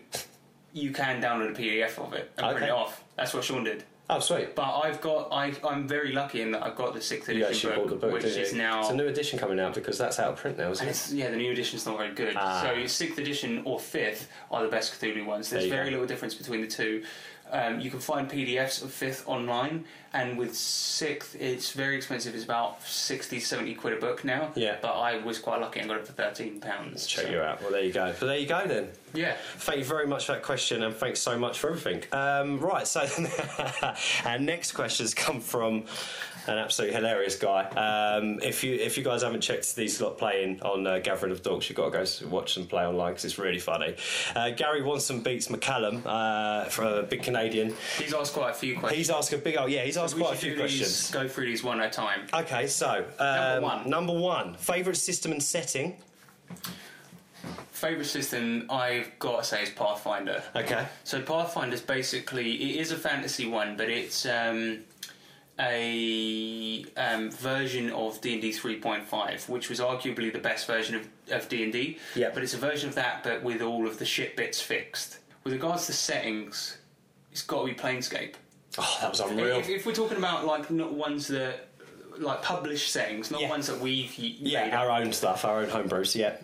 A: you can download a PDF of it and print
B: Okay.
A: it off. That's what Sean did.
B: Oh, sweet.
A: But I've got, I, I'm very lucky in that I've got the sixth
B: You
A: edition
B: actually bought the book,
A: which
B: didn't you?
A: is now
B: It's a new edition coming out because that's out of print now, isn't
A: And
B: it?
A: it's, yeah, the new edition's not very good.
B: Ah.
A: So sixth edition or fifth are the best Cthulhu ones. There's
B: There you
A: very
B: go.
A: little difference between the two. Um, you can find PDFs of fifth online, and with sixth, it's very expensive. It's about 60, 70 quid a book now.
B: Yeah.
A: But I was quite lucky and got it for thirteen pounds.
B: Check you out. Well, there you go. But there you go then.
A: Yeah.
B: Thank you very much for that question, and thanks so much for everything. Um, right. So (laughs) our next questions come from an absolutely hilarious guy. Um, if you if you guys haven't checked these lot playing on uh, Gathering of Dogs, you've got to go s- watch them play online because it's really funny. Uh, Gary Wanson beats McCallum uh, from a big Canadian.
A: He's asked quite a few questions.
B: He's asked a big. Oh yeah, he's asked
A: we
B: quite a
A: should
B: few
A: do these-
B: questions.
A: go through these one at a time.
B: Okay, so
A: Number
B: um,
A: one.
B: Number one, favorite system and setting.
A: Favorite system I've got to say is Pathfinder.
B: Okay.
A: So Pathfinder is basically it is a fantasy one, but it's um, a um, version of D and D three point five, which was arguably the best version of of D and D.
B: Yeah.
A: But it's a version of that, but with all of the shit bits fixed. With regards to settings, it's got to be Planescape.
B: Oh, that
A: (laughs)
B: was unreal.
A: If, if we're talking about like not ones that like published settings, not ones that we've y- made
B: Yeah, our own stuff, our own homebrews. Yeah.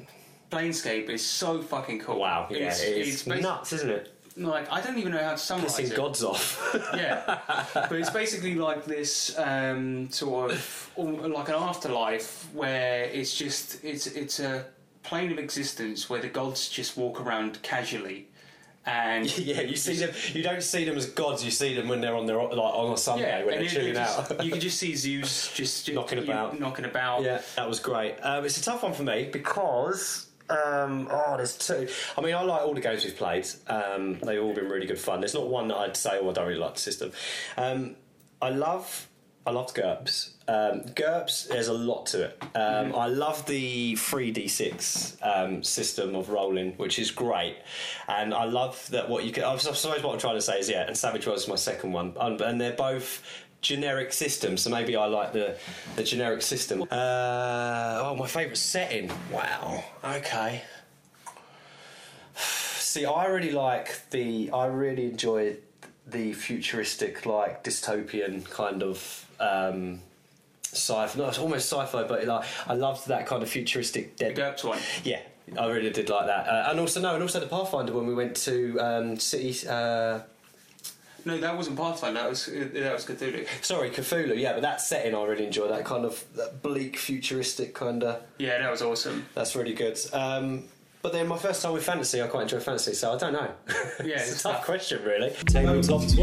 A: Planescape is so fucking cool.
B: Wow. Yeah,
A: it's,
B: it is
A: basi-
B: nuts, isn't it?
A: Like I don't even know how to summarize
B: Pissing
A: it.
B: gods off. (laughs)
A: yeah, but it's basically like this um, sort of al- like an afterlife where it's just it's it's a plane of existence where the gods just walk around casually,
B: (laughs)
A: and
B: yeah, you see them. You don't see them as gods. You see them when they're on their like on a Sunday
A: and
B: when they're
A: you-
B: chilling
A: you just- (laughs)
B: out.
A: you can just see Zeus just, just
B: knocking
A: you-
B: about.
A: knocking about.
B: Yeah, that was great. Um, it's a tough one for me because um, oh, there's two. I mean, I like all the games we've played. Um, they've all been really good fun. There's not one that I'd say, oh, I don't really like the system. Um, I love, I loved GURPS. Um, GURPS, there's a lot to it. Um, I love the 3d6 um, system of rolling, which is great, and I love that what you can. I suppose what I'm trying to say is yeah, and Savage Worlds is my second one, and, and they're both generic system. So maybe I like the the generic system. Uh, oh, my favourite setting. Wow. Okay. (sighs) See, I really like the. I really enjoy the futuristic, like dystopian kind of. Um, Sci-fi, no, it's almost sci-fi, but like I loved that kind of futuristic dead.
A: GURPS one.
B: Yeah, I really did like that, uh, and also no, and also the Pathfinder when we went to um, City. Uh,
A: No, that wasn't Pathfinder. That was that was Cthulhu.
B: Sorry, Cthulhu. Yeah, but that setting I really enjoy. That kind of that bleak, futuristic kind of.
A: Yeah, that was awesome.
B: That's really good. Um, but then my first time with fantasy, I quite enjoy fantasy, so I don't know.
A: Yeah,
B: (laughs) it's, a tough, question, really. Um,
P: Tabletop
B: (laughs)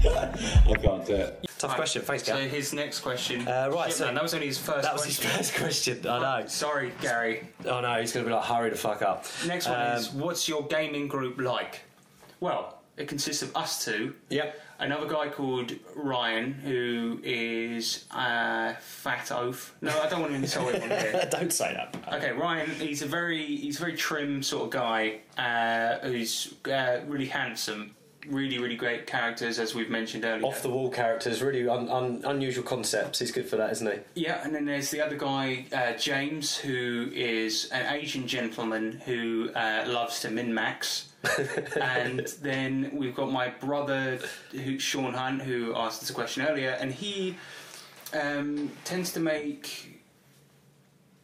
B: I can't do it. Tough question. Thanks,
A: So
B: Gav.
A: his next question.
B: Uh, right,
A: Shit,
B: so
A: man, that was only his first.
B: that was his first question. (laughs) I know.
A: Sorry, Gary.
B: I know. He's going to be like, hurry the fuck up.
A: Next one
B: Um,
A: is what's your gaming group like? Well, it consists of us two.
B: Yep.
A: Another guy called Ryan, who is a fat oaf. No, I don't want to insult him on
B: (laughs)
A: here.
B: (laughs) don't say that.
A: Okay, Ryan. He's a very he's a very trim sort of guy. Uh, who's uh, really handsome. Really, really great characters, as we've mentioned earlier.
B: Off the wall characters, really un- un- unusual concepts. He's good for that, isn't he?
A: Yeah, and then there's the other guy, uh, James, who is an Asian gentleman who uh, loves to min
B: (laughs)
A: max. and then we've got my brother, who, Sean Hunt, who asked us a question earlier, and he um, tends to make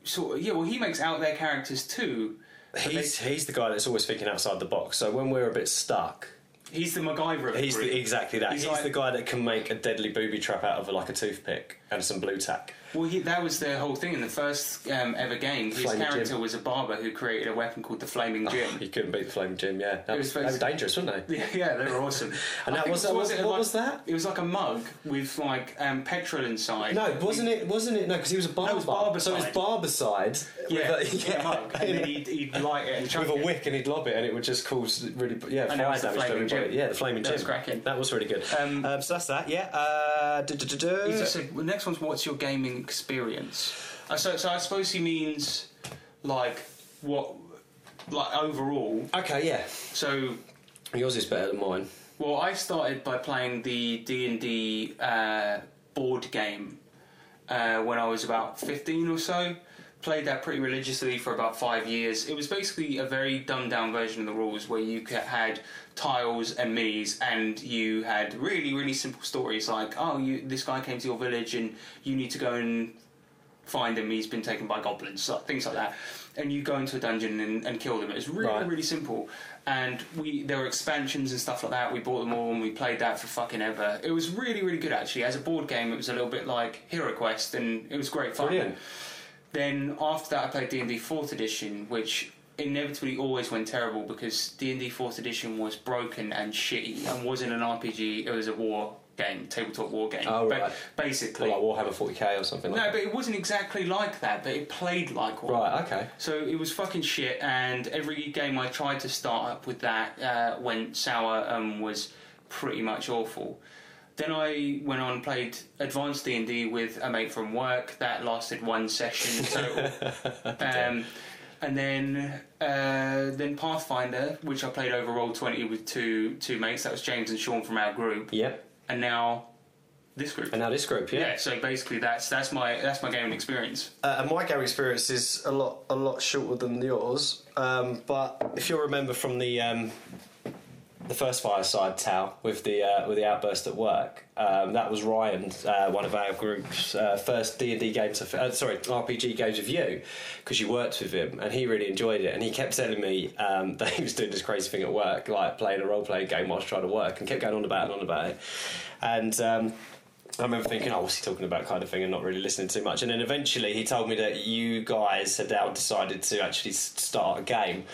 A: sort of yeah. Well, he makes out their characters too. but they-
B: He's, he's the guy that's always thinking outside the box. So when we're a bit stuck,
A: he's the MacGyver. Of the
B: He's
A: group.
B: the, e- exactly that.
A: He's
B: He's,
A: like-
B: the guy that can make a deadly booby trap out of like a toothpick and some blue tack.
A: Well, he, that was the whole thing in the first um, ever game. His
B: Flaming Jim.
A: character was a barber who created a weapon called the Flaming Jim.
B: (laughs) he couldn't beat the flaming Jim. Yeah, that
A: It
B: was,
A: was
B: they were
A: basically-
B: dangerous, weren't they?
A: Yeah, yeah, they were awesome.
B: And
A: I
B: that
A: think
B: was,
A: it
B: was,
A: it
B: what
A: like-
B: was that?
A: It was like a mug with like um, petrol inside.
B: No, wasn't it? Wasn't it? No, because he was a barber. So it was barberside.
A: Yeah,
B: with a,
A: in a mug, and then he'd- he'd light it and chuck
B: (laughs) with a
A: it.
B: wick, and he'd lob it, and it would just cause really yeah
A: And that
B: fire
A: was the
B: damage to
A: Flaming
B: everybody.
A: Jim.
B: Yeah, the flaming
A: That
B: Jim.
A: was cracking.
B: That was really good. Um, so that's that. Yeah. Uh, du- du- du- du.
A: He just said, well, next one's what's your gaming experience? Uh, so, so I suppose he means like what, like overall.
B: Okay, yeah.
A: So
B: Yours is better than mine.
A: Well, I started by playing the D and D uh, board game uh, when I was about fifteen or so. Played that pretty religiously for about five years. It was basically a very dumbed down version of the rules where you ca- had tiles and minis, and you had really really simple stories like, oh, you this guy came to your village and you need to go and find him. He's been taken by goblins, so, things like that. And you go into a dungeon and, and kill them. It's really really simple. And we there were expansions and stuff like that. We bought them all and we played that for fucking ever. It was really really good actually. As a board game, it was a little bit like Hero Quest, and it was great fun.
H: Brilliant.
A: Then after that, I played D and D Fourth Edition, which inevitably always went terrible because D and D Fourth Edition was broken and shitty and wasn't an RPG. It was a war game, tabletop war game.
H: Oh,
A: Ba-
H: right.
A: basically,
H: Or like Warhammer 40k or something like
A: no, but it wasn't exactly like that, but it played like one.
H: Right, okay.
A: So it was fucking shit, and every game I tried to start up with that uh, went sour and was pretty much awful. Then I went on and played Advanced D and D with a mate from work. That lasted one session total.
H: (laughs)
A: um, and then uh, then Pathfinder, which I played over Roll Twenty with two two mates. That was James and Sean from our group.
H: Yep.
A: And now this group.
H: And now this group, yeah.
A: so basically, that's that's my that's my gaming experience.
B: Uh, and my game experience is a lot a lot shorter than yours. Um, but if you'll remember from the um, the first fireside towel with the uh, with the outburst at work, um, that was Ryan, uh, one of our group's uh, first D and D games. Of, uh, sorry, RPG games with you because you worked with him and he really enjoyed it. And he kept telling me um, (laughs) that he was doing this crazy thing at work, like playing a role playing game whilst trying to work, and kept going on about it and on about it. And um, I remember thinking, oh, what's he talking about, kind of thing, and not really listening too much. And then eventually he told me that you guys had now decided to actually s- start a game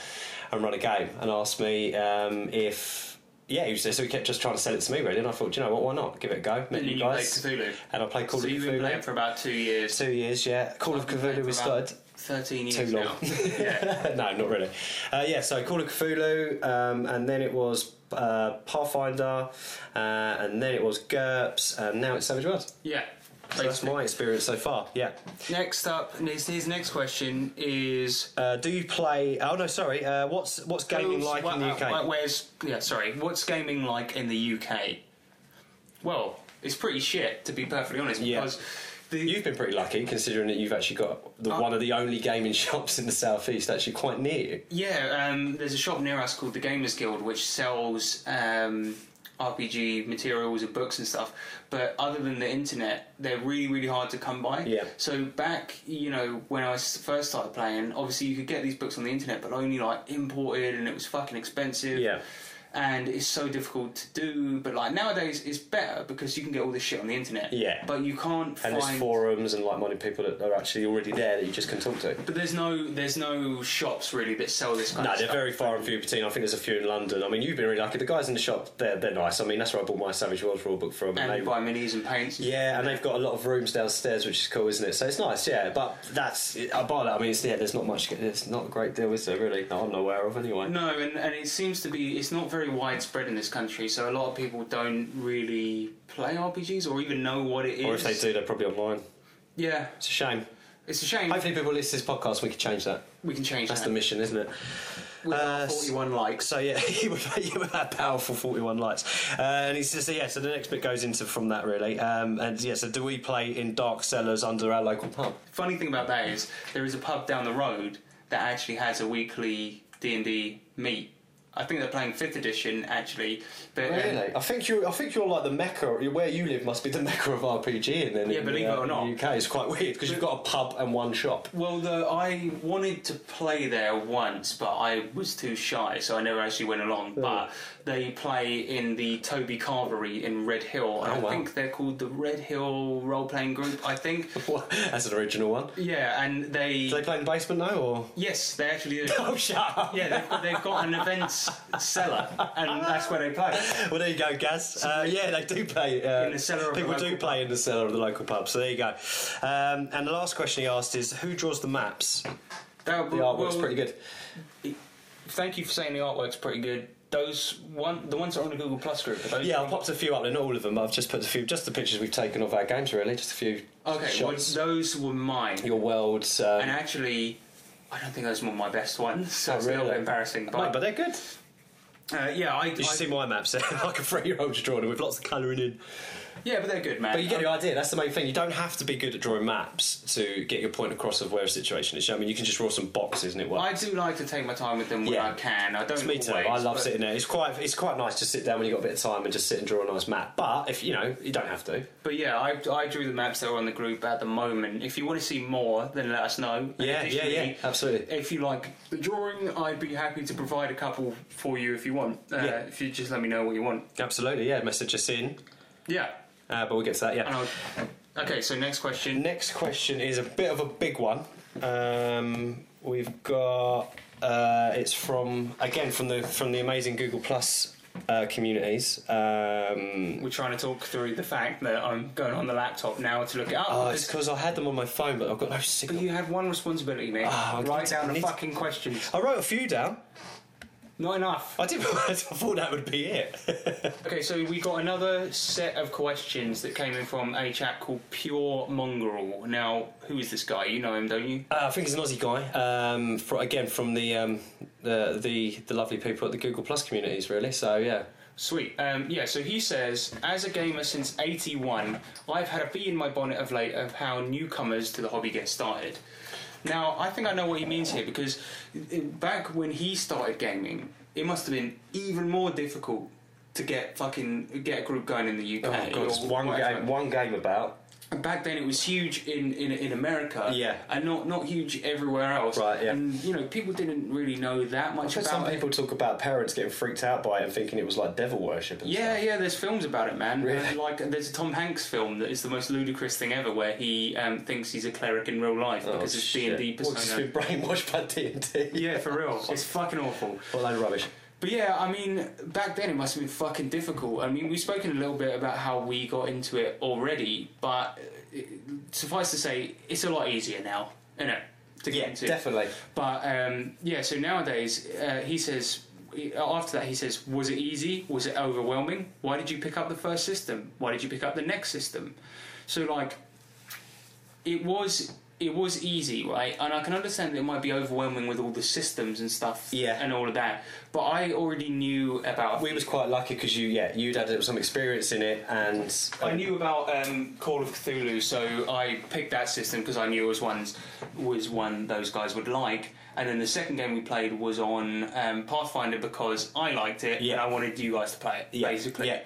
B: and run a game, and asked me um, if. Yeah, he was there, so he kept just trying to sell it to me, really. And I thought, Do you know what, why not? Give it a go. Met
A: And
B: you
A: you
B: guys.
A: played Cthulhu.
B: And I played Call
A: so
B: of
A: you've been playing
B: Cthulhu.
A: for about two years.
B: Two years, yeah. Call of Cthulhu was
A: about
B: started.
A: 13 years
B: Too long.
A: (laughs)
B: (laughs)
A: now.
B: no, not really. Uh, yeah, so Call of Cthulhu, um, and then it was uh, Pathfinder, uh, and then it was GURPS, and now it's Savage Worlds.
A: Yeah.
B: So that's my experience so far. Yeah.
A: Next up, his, his next question is:
B: uh, Do you play? Oh no, sorry. Uh, what's what's gaming like in the
A: wha-
B: UK?
A: wha- uh, where's yeah? Sorry, what's gaming like in the UK? Well, it's pretty shit to be perfectly honest. Because
B: you've been pretty lucky considering that you've actually got the, one of the only gaming (laughs) shops in the southeast actually quite near you.
A: Yeah, um, there's a shop near us called the Gamers Guild, which sells um, RPG materials and books and stuff. But other than the internet, they're really, really hard to come by.
B: Yeah.
A: So back, you know, when I s- first started playing, obviously you could get these books on the internet, but only like imported, and it was fucking expensive.
B: Yeah.
A: And it's so difficult to do, but like nowadays it's better because you can get all this shit on the internet.
B: Yeah.
A: But you can't
B: And there's
A: find
B: forums and like-minded people that are actually already there that you just can talk to.
A: But there's no there's no shops really that sell this kind
B: No,
A: of
B: they're
A: stuff.
B: very far and few between. I think there's a few in London. I mean, you've been really lucky. The guys in the shop, they're, they're nice. I mean, that's where I bought my Savage World rule book from.
A: And
B: they-
A: you buy minis and paints.
B: yeah, and they've got a lot of rooms downstairs, which is cool, isn't it? So it's nice, yeah. But that's, I buy that. I mean, it's, yeah, there's not much, there's not a great deal, is there, really? That I'm not aware of, anyway.
A: No, and, and it seems to be it's not very widespread in this country, so a lot of people don't really play RPGs or even know what it is.
B: Or if they do, they're probably online.
A: yeah,
B: It's a shame.
A: It's a shame.
B: Hopefully, people listen to this podcast. We can change that.
A: We can change
B: That's
A: that.
B: the mission, isn't it? Uh,
A: 41 likes.
B: So yeah, (laughs) you would you would have powerful 41 likes. Uh, and he says, so yeah. So the next bit goes into from that really. Um, and yeah, so do we play in dark cellars under our local pub?
A: Funny thing about that is there is a pub down the road that actually has a weekly D and D meet. I think they're playing fifth edition actually, but um,
B: Really? I think you. I think you're like the mecca. Where you live must be the mecca of RPG, and then
A: Yeah,
B: in,
A: believe
B: uh,
A: it or not.
B: in the UK it's quite weird because you've got a pub and one shop. (laughs)
A: Well, the, I wanted to play there once, but I was too shy, so I never actually went along. But they play in the Toby Carvery in Red Hill. and
B: Oh,
A: I
B: wow.
A: think they're called the Red Hill Role Playing Group, I
B: (laughs)
A: think.
B: That's an original one.
A: Yeah, and they. Do
B: they play in the basement now, or?
A: Yes, they actually
B: (laughs)
A: do.
B: Oh, shut up.
A: Yeah, they've got, they've got an events cellar, and that's where they
B: (laughs)
A: play.
B: Well, there you go, Gaz. Uh, yeah, they do play. Uh,
A: In the cellar of the
B: people do
A: local
B: play in the cellar of the local pub. So there you go. Um, and the last question he asked is, who draws the maps?
A: That,
B: The artwork's pretty good.
A: Thank you for saying the artwork's pretty good. Those one, the ones that are on the Google Plus group. Are those
B: Yeah, I popped a few up, and all of them. I've just put a few, just the pictures we've taken of our games, really. Just a few.
A: Okay, well,
B: shots.
A: those were mine.
B: Your worlds. Um,
A: and actually, I don't think those were my best ones. So
B: Oh,
A: it's a little
B: really?
A: bit embarrassing, but,
B: No, but they're good.
A: Uh, yeah, I,
B: (laughs) You should see my maps. They're like a three-year-old drawing with lots of colouring in. Um,
A: Yeah, but they're good, man. Um,
B: But Oh, you get the idea. That's the main thing. You don't have to be good at drawing maps to get your point across of where a situation is. I mean, you can just draw some boxes and it works.
A: I do like to take my time with them when I can. I don't.
B: Me too. I
A: always,
B: love
A: but-
B: sitting there. It's quite it's quite nice to sit down when you have got a bit of time and just sit and draw a nice map. But if you know you don't have to.
A: But yeah, I, I drew the maps that are on the group at the moment. If you want to see more, then let us know. And
B: Yeah, yeah, yeah,
A: additionally,
B: absolutely.
A: If you like the drawing, I'd be happy to provide a couple for you if you want. Uh,
B: Yeah.
A: If you just let me know what you want.
B: Absolutely, yeah. Message us in,
A: Yeah.
B: uh, but we'll get to that. Yeah.
A: Okay, so next question.
B: Next question is a bit of a big one. Um, we've got uh, it's from again from the from the amazing Google Plus uh, communities. Um,
A: We're trying to talk through the fact that I'm going on the laptop now to look it up.
B: Oh, it's because I had them on my phone, but I've got no signal.
A: But you had one responsibility, mate.
B: Ah, I
A: Write
B: need to-
A: down
B: I
A: the
B: need to-
A: fucking questions.
B: I wrote a few down.
A: Not enough.
B: I (laughs) did. I thought that would be it.
A: okay, so we got another set of questions that came in from a chap called Pure Mongrel. Now, who is this guy? You know him, don't you?
B: Uh, I think he's an Aussie guy. Um, fro- again, from the, um, the the the lovely people at the Google Plus communities, really. So yeah,
A: Sweet. Um, yeah, so he says, as a gamer since 81, I've had a bee in my bonnet of late of how newcomers to the hobby get started. Now, I think I know what he means here because i- back when he started gaming, it must have been even more difficult to get fucking get a group going in the UK.
B: Oh, God, it's
A: or
B: one
A: whatever.
B: game- one game about.
A: And back then, it was huge in, in, in America,
B: Yeah.
A: and not not huge everywhere else.
B: Right, yeah.
A: And you know, people didn't really know that
B: I've
A: much
B: heard
A: about
B: some
A: it.
B: people talk about parents getting freaked out by it and thinking it was like devil worship. And
A: Yeah, yeah. There's films about it, man. Uh, Like there's a Tom Hanks film that is the most ludicrous thing ever, where he um, thinks he's a cleric in real life
B: Oh,
A: because his D and D
B: Well, just
A: persona.
B: been brainwashed by D and D.
A: yeah, (laughs) for real. It's fucking awful.
B: What a load of rubbish.
A: But yeah, I mean, back then it must have been fucking difficult. I mean, we've spoken a little bit about how we got into it already, but uh, suffice to say, it's a lot easier now, isn't it? To get
B: Yeah,
A: into.
B: definitely.
A: But um, yeah, so nowadays, uh, he says, after that, he says, was it easy? Was it overwhelming? Why did you pick up the first system? Why did you pick up the next system? So, like, it was. It was easy, right? And I can understand that it might be overwhelming with all the systems and stuff,
B: Yeah.
A: and all of that. But I already knew about.
B: We was quite lucky because you yeah you'd had some experience in it and
A: I knew about um, Call of Cthulhu, so I picked that system because I knew it was one's was one those guys would like. And then the second game we played was on um, Pathfinder because I liked it and I wanted you guys to play it, basically. Yeah.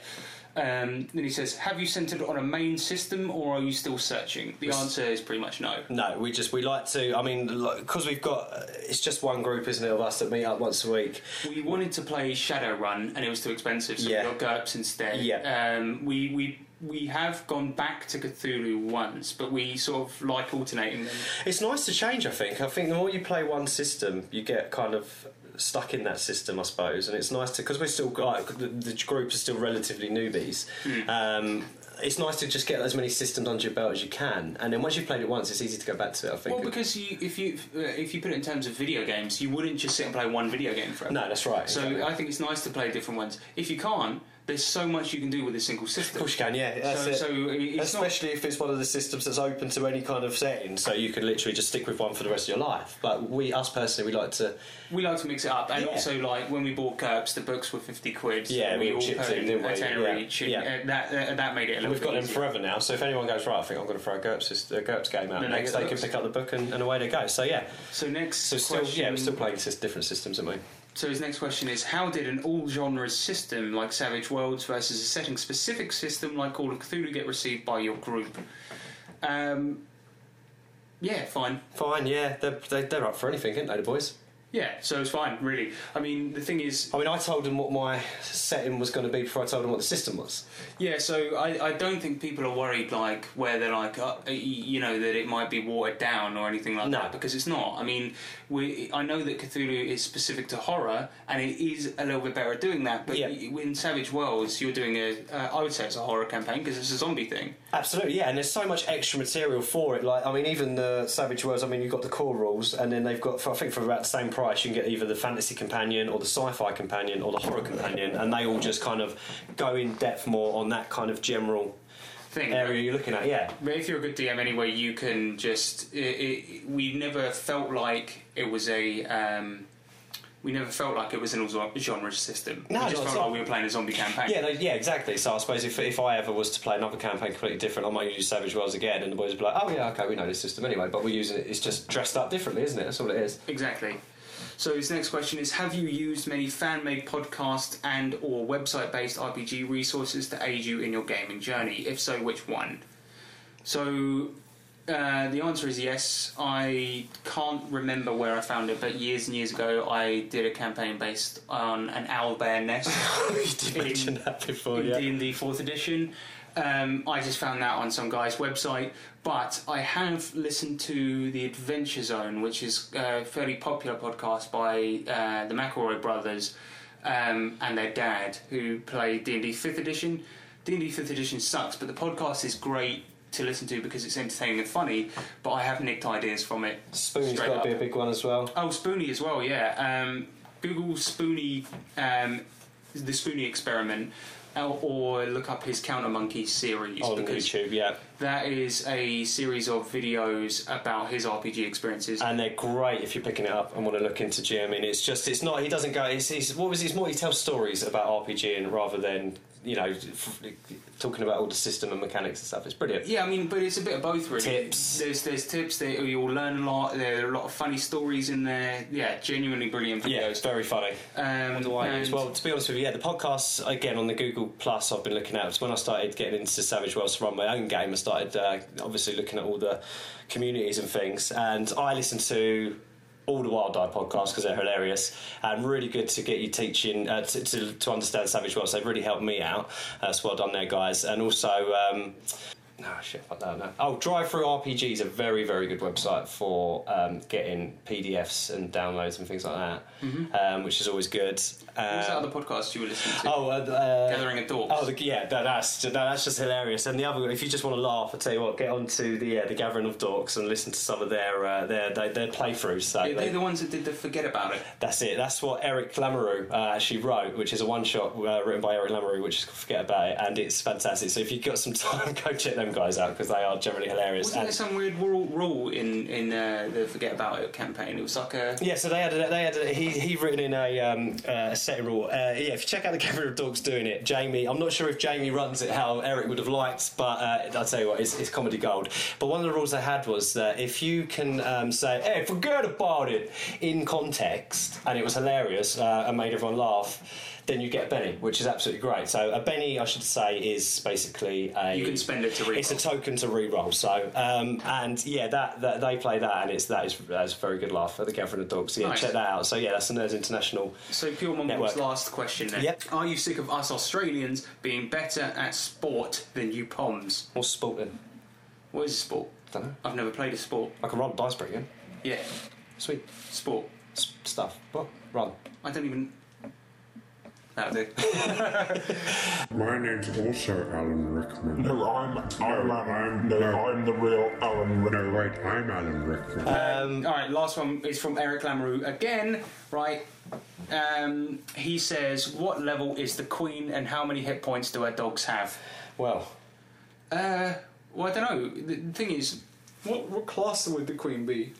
A: Um, then he says, "Have you centered on a main system, or are you still searching?" The
B: Yes.
A: answer is pretty much no.
B: No, we just we like to. I mean, because we've got it's just one group, isn't it, of us that meet up once a week.
A: We wanted to play Shadowrun, and it was too expensive, so
B: Yeah.
A: we got GURPS instead.
B: Yeah.
A: Um, we we we have gone back to Cthulhu once, but we sort of like alternating them.
B: It's nice to change. I think. I think the more you play one system, you get kind of stuck in that system, I suppose. And it's nice to because we're still like the, the group are still relatively newbies.
A: Hmm.
B: Um, it's nice to just get as many systems under your belt as you can, and then once you've played it once, it's easy to go back to it. I think.
A: Well, because you, if you uh, if you put it in terms of video games, you wouldn't just sit and play one video game forever.
B: No, that's right,
A: So
B: exactly.
A: I think it's nice to play different ones. If you can't, there's so much you can do with a single system.
B: Of course you can, yeah. That's
A: so,
B: it.
A: so I mean, it's not
B: Especially if it's one of the systems that's open to any kind of setting, so you can literally just stick with one for the rest of your life. But we, us personally, we like to
A: we like to mix it up, and
B: Yeah.
A: also like when we bought Curbs, the books were fifty quid. so
B: Yeah, we
A: we, all
B: chipped
A: paid
B: in, didn't we?
A: a tenner
B: Yeah.
A: each, and
B: Yeah.
A: uh, that uh, that made it a little.
B: We've
A: bit
B: got them
A: easier.
B: forever now, so if anyone goes right, I think I'm going to throw a GURPS, syst- a GURPS game out
A: Then they
B: next.
A: get
B: They can
A: GURPS.
B: pick up the book and, and away they go. So yeah,
A: So next,
B: so still yeah,
A: question-
B: we're still playing sys- different systems, aren't we?
A: So his next question is: How did an all genres system like Savage Worlds versus a setting specific system like Call of Cthulhu get received by your group? Um, yeah, fine.
B: Fine, yeah, they're, they, they're up for anything, aren't they, the boys?
A: Yeah, so it's fine, really. I mean, the thing is,
B: I mean, I told them what my setting was going to be before I told them what the system was.
A: yeah. So I, I don't think people are worried like where they're like, uh, y- you know, that it might be watered down or anything like that because it's not. I mean, we I know that Cthulhu is specific to horror and it is a little bit better at doing that. But y in Savage Worlds, you're doing a uh, I would say it's a horror campaign because it's a zombie thing.
B: Absolutely, yeah, and there's so much extra material for it. Like, I mean, even the Savage Worlds, I mean, you've got the core rules, and then they've got, for, I think, for about the same price, you can get either the Fantasy Companion or the Sci Fi Companion or the Horror Companion, and they all just kind of go in depth more on that kind of general
A: Thing.
B: area you're looking at, yeah.
A: But if you're a good DM anyway, you can just. It, it, we never felt like it was a. Um, we never felt like it was in a zo- genre system.
B: No,
A: we just
B: no,
A: felt
B: it's not.
A: like we were playing a zombie campaign.
B: Yeah, no, yeah, exactly. So I suppose if, if I ever was to play another campaign completely different, I might use Savage Worlds again, and the boys would be like, "Oh yeah, okay, we know this system anyway." But we're using it; it's just dressed up differently, isn't it? That's all it
A: (laughs)
B: is.
A: Exactly. So his next question is: Have you used many fan-made podcast and/or website-based RPG resources to aid you in your gaming journey? If so, which one? So uh, the answer is yes. I can't remember where I found it, but years and years ago, I did a campaign based on an owl bear nest. you did mention
B: that before,
A: in D&D Fourth Edition. Um, I just found that on some guy's website, but I have listened to the Adventure Zone, which is a fairly popular podcast by uh, the McElroy brothers um, and their dad, who play D and D Fifth Edition. D and D Fifth Edition sucks, but the podcast is great to listen to because it's entertaining and funny. But I have nicked ideas from it.
B: Spoony's
A: straight
B: got
A: up.
B: to be a big one as well.
A: Oh, Spoonie as well, yeah. Um, Google Spoonie, um, the Spoonie experiment, or, or look up his Counter Monkey series.
B: On
A: Oh, because
B: YouTube, yeah.
A: That is a series of videos about his RPG experiences.
B: And they're great if you're picking it up and want to look into GMing. It's just, it's not, he doesn't go, it's, it's what was it? It's more, he tells stories about RPGing rather than, you know, f- talking about all the system and mechanics and stuff. It's brilliant.
A: Yeah, I mean, but it's a bit of both, really.
B: Tips.
A: There's there's tips that you'll learn a lot. There are a lot of funny stories in there. Yeah, genuinely brilliant videos.
B: Yeah, it's very funny.
A: Um,
B: Wonder why it is.
A: and-
B: Well, to be honest with you, yeah, the podcasts again on the Google Plus I've been looking at. It's when I started getting into Savage Worlds to run my own game. I started uh, obviously looking at all the communities and things, and I listened to all the Wild Eye podcasts because they're hilarious and really good to get you teaching uh, to, to to understand Savage Worlds. They've really helped me out. Uh, so well done there, guys, and also. Um, no shit, fuck that. No. Oh, Drive Through RPG is a very, very good website for um, getting PDFs and downloads and things like that um, which is always good. Um,
A: What's Mm-hmm. that other podcast you were listening to?
B: Oh, uh, the, uh,
A: Gathering of Dwarfs.
B: Oh, the, yeah, that, that's that, that's just hilarious. And the other, if you just want to laugh, I tell you what, get onto the uh, the Gathering of Dorks and listen to some of their uh, their, their their playthroughs. So
A: They're the ones that did the Forget About It.
B: that's it. That's what Eric Lamoureux uh, actually wrote, which is a one shot uh, written by Eric Lamoureux, which is called Forget About It, and it's fantastic. So if you've got some (laughs) time, go check them guys out because they are generally hilarious.
A: Wasn't
B: And-
A: there some weird rule, rule in in uh, the Forget About It campaign? It was like a
B: Yeah, so they had a, they had a, he he written in a um, uh, setting rule. Uh, yeah, if you check out the (laughs) Gathering of Dogs doing it, Jamie. I'm not sure if Jamie runs it how Eric would have liked, but uh, I'll tell you what, it's, it's comedy gold. But one of the rules they had was that if you can um, say, "Hey, forget about it," in context, and it was hilarious uh, and made everyone laugh, then you get a Benny, which is absolutely great. So a Benny, I should say, is basically a
A: You can spend it to reroll.
B: It's a token to re-roll. So um, and yeah, that, that they play that, and it's that is that's a very good laugh at the Gathering of Dogs. Yeah,
A: Nice.
B: check that out. So yeah, that's the Nerds International.
A: So Pure Mumble's
B: Network.
A: last question then.
B: Yep.
A: Are you sick of us Australians being better at sport than you Poms?
B: What's sport then?
A: What is sport?
B: Don't know.
A: I've never played a sport.
B: I can roll a dice break again.
A: Yeah.
B: Sweet.
A: Sport.
B: S- stuff. What? Run.
A: I don't even. That'll
B: (laughs)
A: do.
L: My name's also Alan Rickman. No, I'm Alan. I'm, no, I'm the real Alan Rickman. Uh, No, wait, I'm Alan Rickman.
A: All right, last one is from Eric Lamoureux again, right? Um, he says, What level is the queen and how many hit points do our dogs have?
B: Well.
A: Uh, well, I don't know. The the thing is, what, what class would the queen be?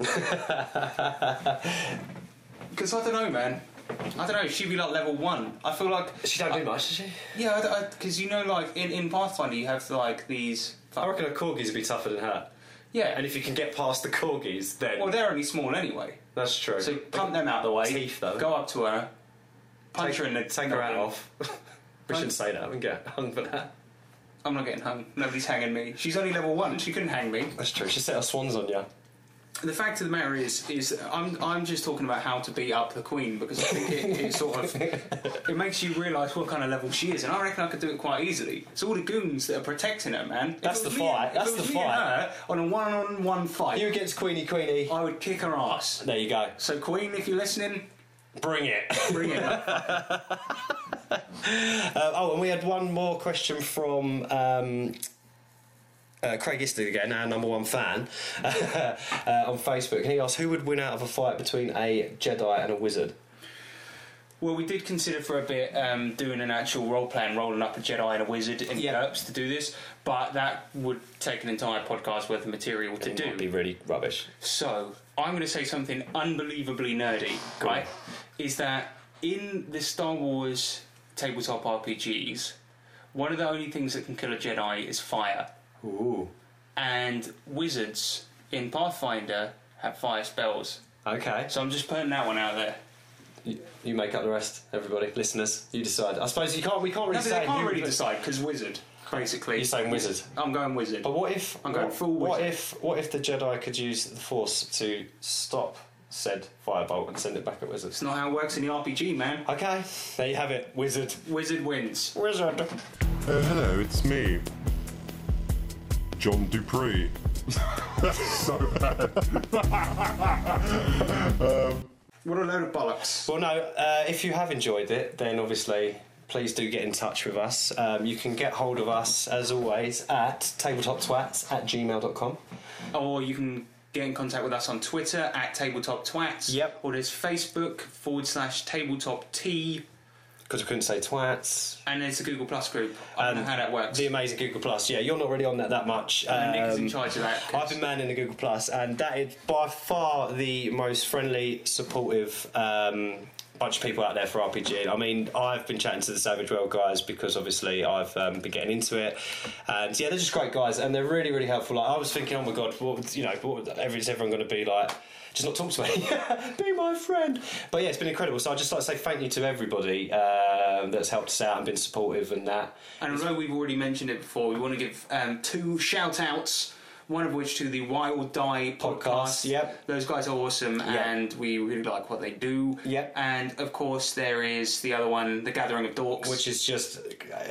B: (laughs)
A: Because I don't know, man. I don't know. She'd be like level one. I feel like
B: she don't do much, does she?
A: Yeah, because you know, like in, in Pathfinder, you have like these. I
B: reckon a corgis would be tougher than her.
A: Yeah,
B: And if you can get past the corgis, then
A: well, they're only small anyway.
B: that's true.
A: So pump them out the way.
B: Teeth, though.
A: Go up to her, punch
B: Take-
A: her in the
B: take her hat off. (laughs) we
A: Punch-
B: shouldn't say that. We can get hung for that.
A: I'm not getting hung. Nobody's hanging me. She's only level one. She couldn't hang me.
B: That's true. She set her swans on you.
A: The fact of the matter is, is I'm I'm just talking about how to beat up the queen because I think it, it sort
B: (laughs)
A: of it makes you realise what kind of level she is, and I reckon I could do it quite easily. It's all the goons that are protecting her, man. If
B: That's
A: it was
B: the
A: me and-
B: fight.
A: if
B: That's
A: it was
B: the
A: me and
B: fight.
A: her on a one-on-one fight.
B: You against Queenie Queenie.
A: I would kick her ass.
B: There you go.
A: So Queen, if you're listening,
B: bring it.
A: Bring
B: (laughs)
A: it.
B: Uh, oh, and we had one more question from um, uh, Craig Easton again, our number one fan (laughs) uh, on Facebook. He asked, "Who would win out of a fight between a Jedi and a wizard?"
A: Well, we did consider for a bit um, doing an actual role play and rolling up a Jedi and a wizard in GURPS to do this, but that would take an entire podcast worth of material to
H: It
A: do.
H: might be really rubbish.
A: So I'm going to say something unbelievably nerdy, right? Is that in the Star Wars tabletop RPGs, one of the only things that can kill a Jedi is fire.
B: Ooh.
A: And wizards in Pathfinder have fire spells.
B: Okay.
A: So I'm just putting that one out there.
B: You, you make up the rest, everybody, listeners. You decide. I suppose you can't. We can't really
A: No,
B: say.
A: they can't
B: who-
A: really decide because wizard, basically.
B: You're saying wizard.
A: I'm going wizard. Oh.
B: But what if
A: I'm going
B: what,
A: full
B: what
A: wizard.
B: if what if the Jedi could use the Force to stop said firebolt and send it back at wizards?
A: It's not how it works in the RPG, man.
B: Okay, there you have it. Wizard.
A: Wizard wins.
B: Wizard.
L: Uh, hello, it's me, John Dupree. so bad. um,
A: What a load of bollocks.
B: Well, no, uh, if you have enjoyed it, then obviously please do get in touch with us. Um, you can get hold of us, as always, at tabletoptwats at gmail.com.
A: Or you can get in contact with us on Twitter at Tabletop Twats. Yep. Or there's Facebook forward slash Tabletop T.
B: Because I couldn't say twats.
A: And there's a Google Plus group. I don't know how that works.
B: Um, The amazing Google Plus. Yeah, you're not really on that that much.
A: No,
B: Uh,
A: Nick is in charge of that,
B: I've been manning the Google Plus, and that is by far the most friendly, supportive. Um, Bunch of people out there for RPG. I mean, I've been chatting to the Savage World guys because obviously I've um, been getting into it, and yeah, they're just great guys, and they're really, really helpful. Like, I was thinking, oh my god, what you know, what is everyone going to be like? Just not talk to me. (laughs) be my friend. But yeah, it's been incredible. So I would just like to say thank you to everybody um, that's helped us out and been supportive and that.
A: And although we've already mentioned it before, we want to give um, two shout outs. One of which to the Wild Die podcast. Yep, those guys are awesome, and we really like what they do. Yep, and of course there is the other one, the Gathering of Dorks,
B: which is just.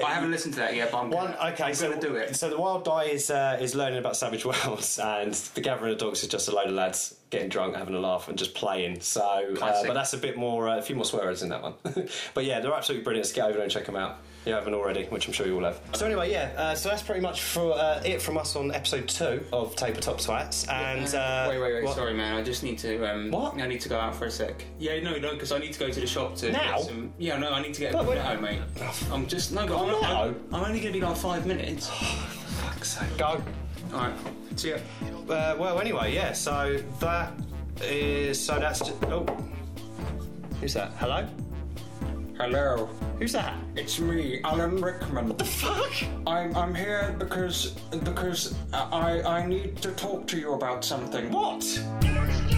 A: I haven't listened to that yet, but I'm
B: One,
A: gonna,
B: okay,
A: I'm
B: so
A: gonna do it.
B: So the Wild Die is uh, is learning about Savage (laughs) Worlds, and the Gathering of Dogs is just a load of lads getting drunk, having a laugh, and just playing. So, uh,
A: Classic.
B: but that's a bit more, uh, a few more swear words in that one. (laughs) but yeah, they're absolutely brilliant. So get over there and check them out. You haven't already, which I'm sure you all have. So anyway, yeah. Uh, so that's pretty much for uh, it from us on episode two of Tabletop Swats. And uh,
A: wait, wait, wait.
B: what-
A: Sorry, man. I just need to. Um, what? I need to go out for a sec. Yeah, no, no, because I need to go to the shop to.
B: Now?
A: Get some, yeah, no, I need to get a
B: But
A: coffee
B: wait-
A: at home,
B: (sighs)
A: mate. I'm just no, but I'm, not, I'm, I'm only going to be like five (sighs) minutes.
B: Go.
A: All right. See ya.
B: Uh, well, anyway, yeah. So that is. So that's. Just, oh, who's that? Hello.
Q: Hello.
B: Who's that?
Q: It's me, Alan Rickman. What the
B: fuck?
Q: I'm I'm here because because I I need to talk to you about something.
B: What?
Q: What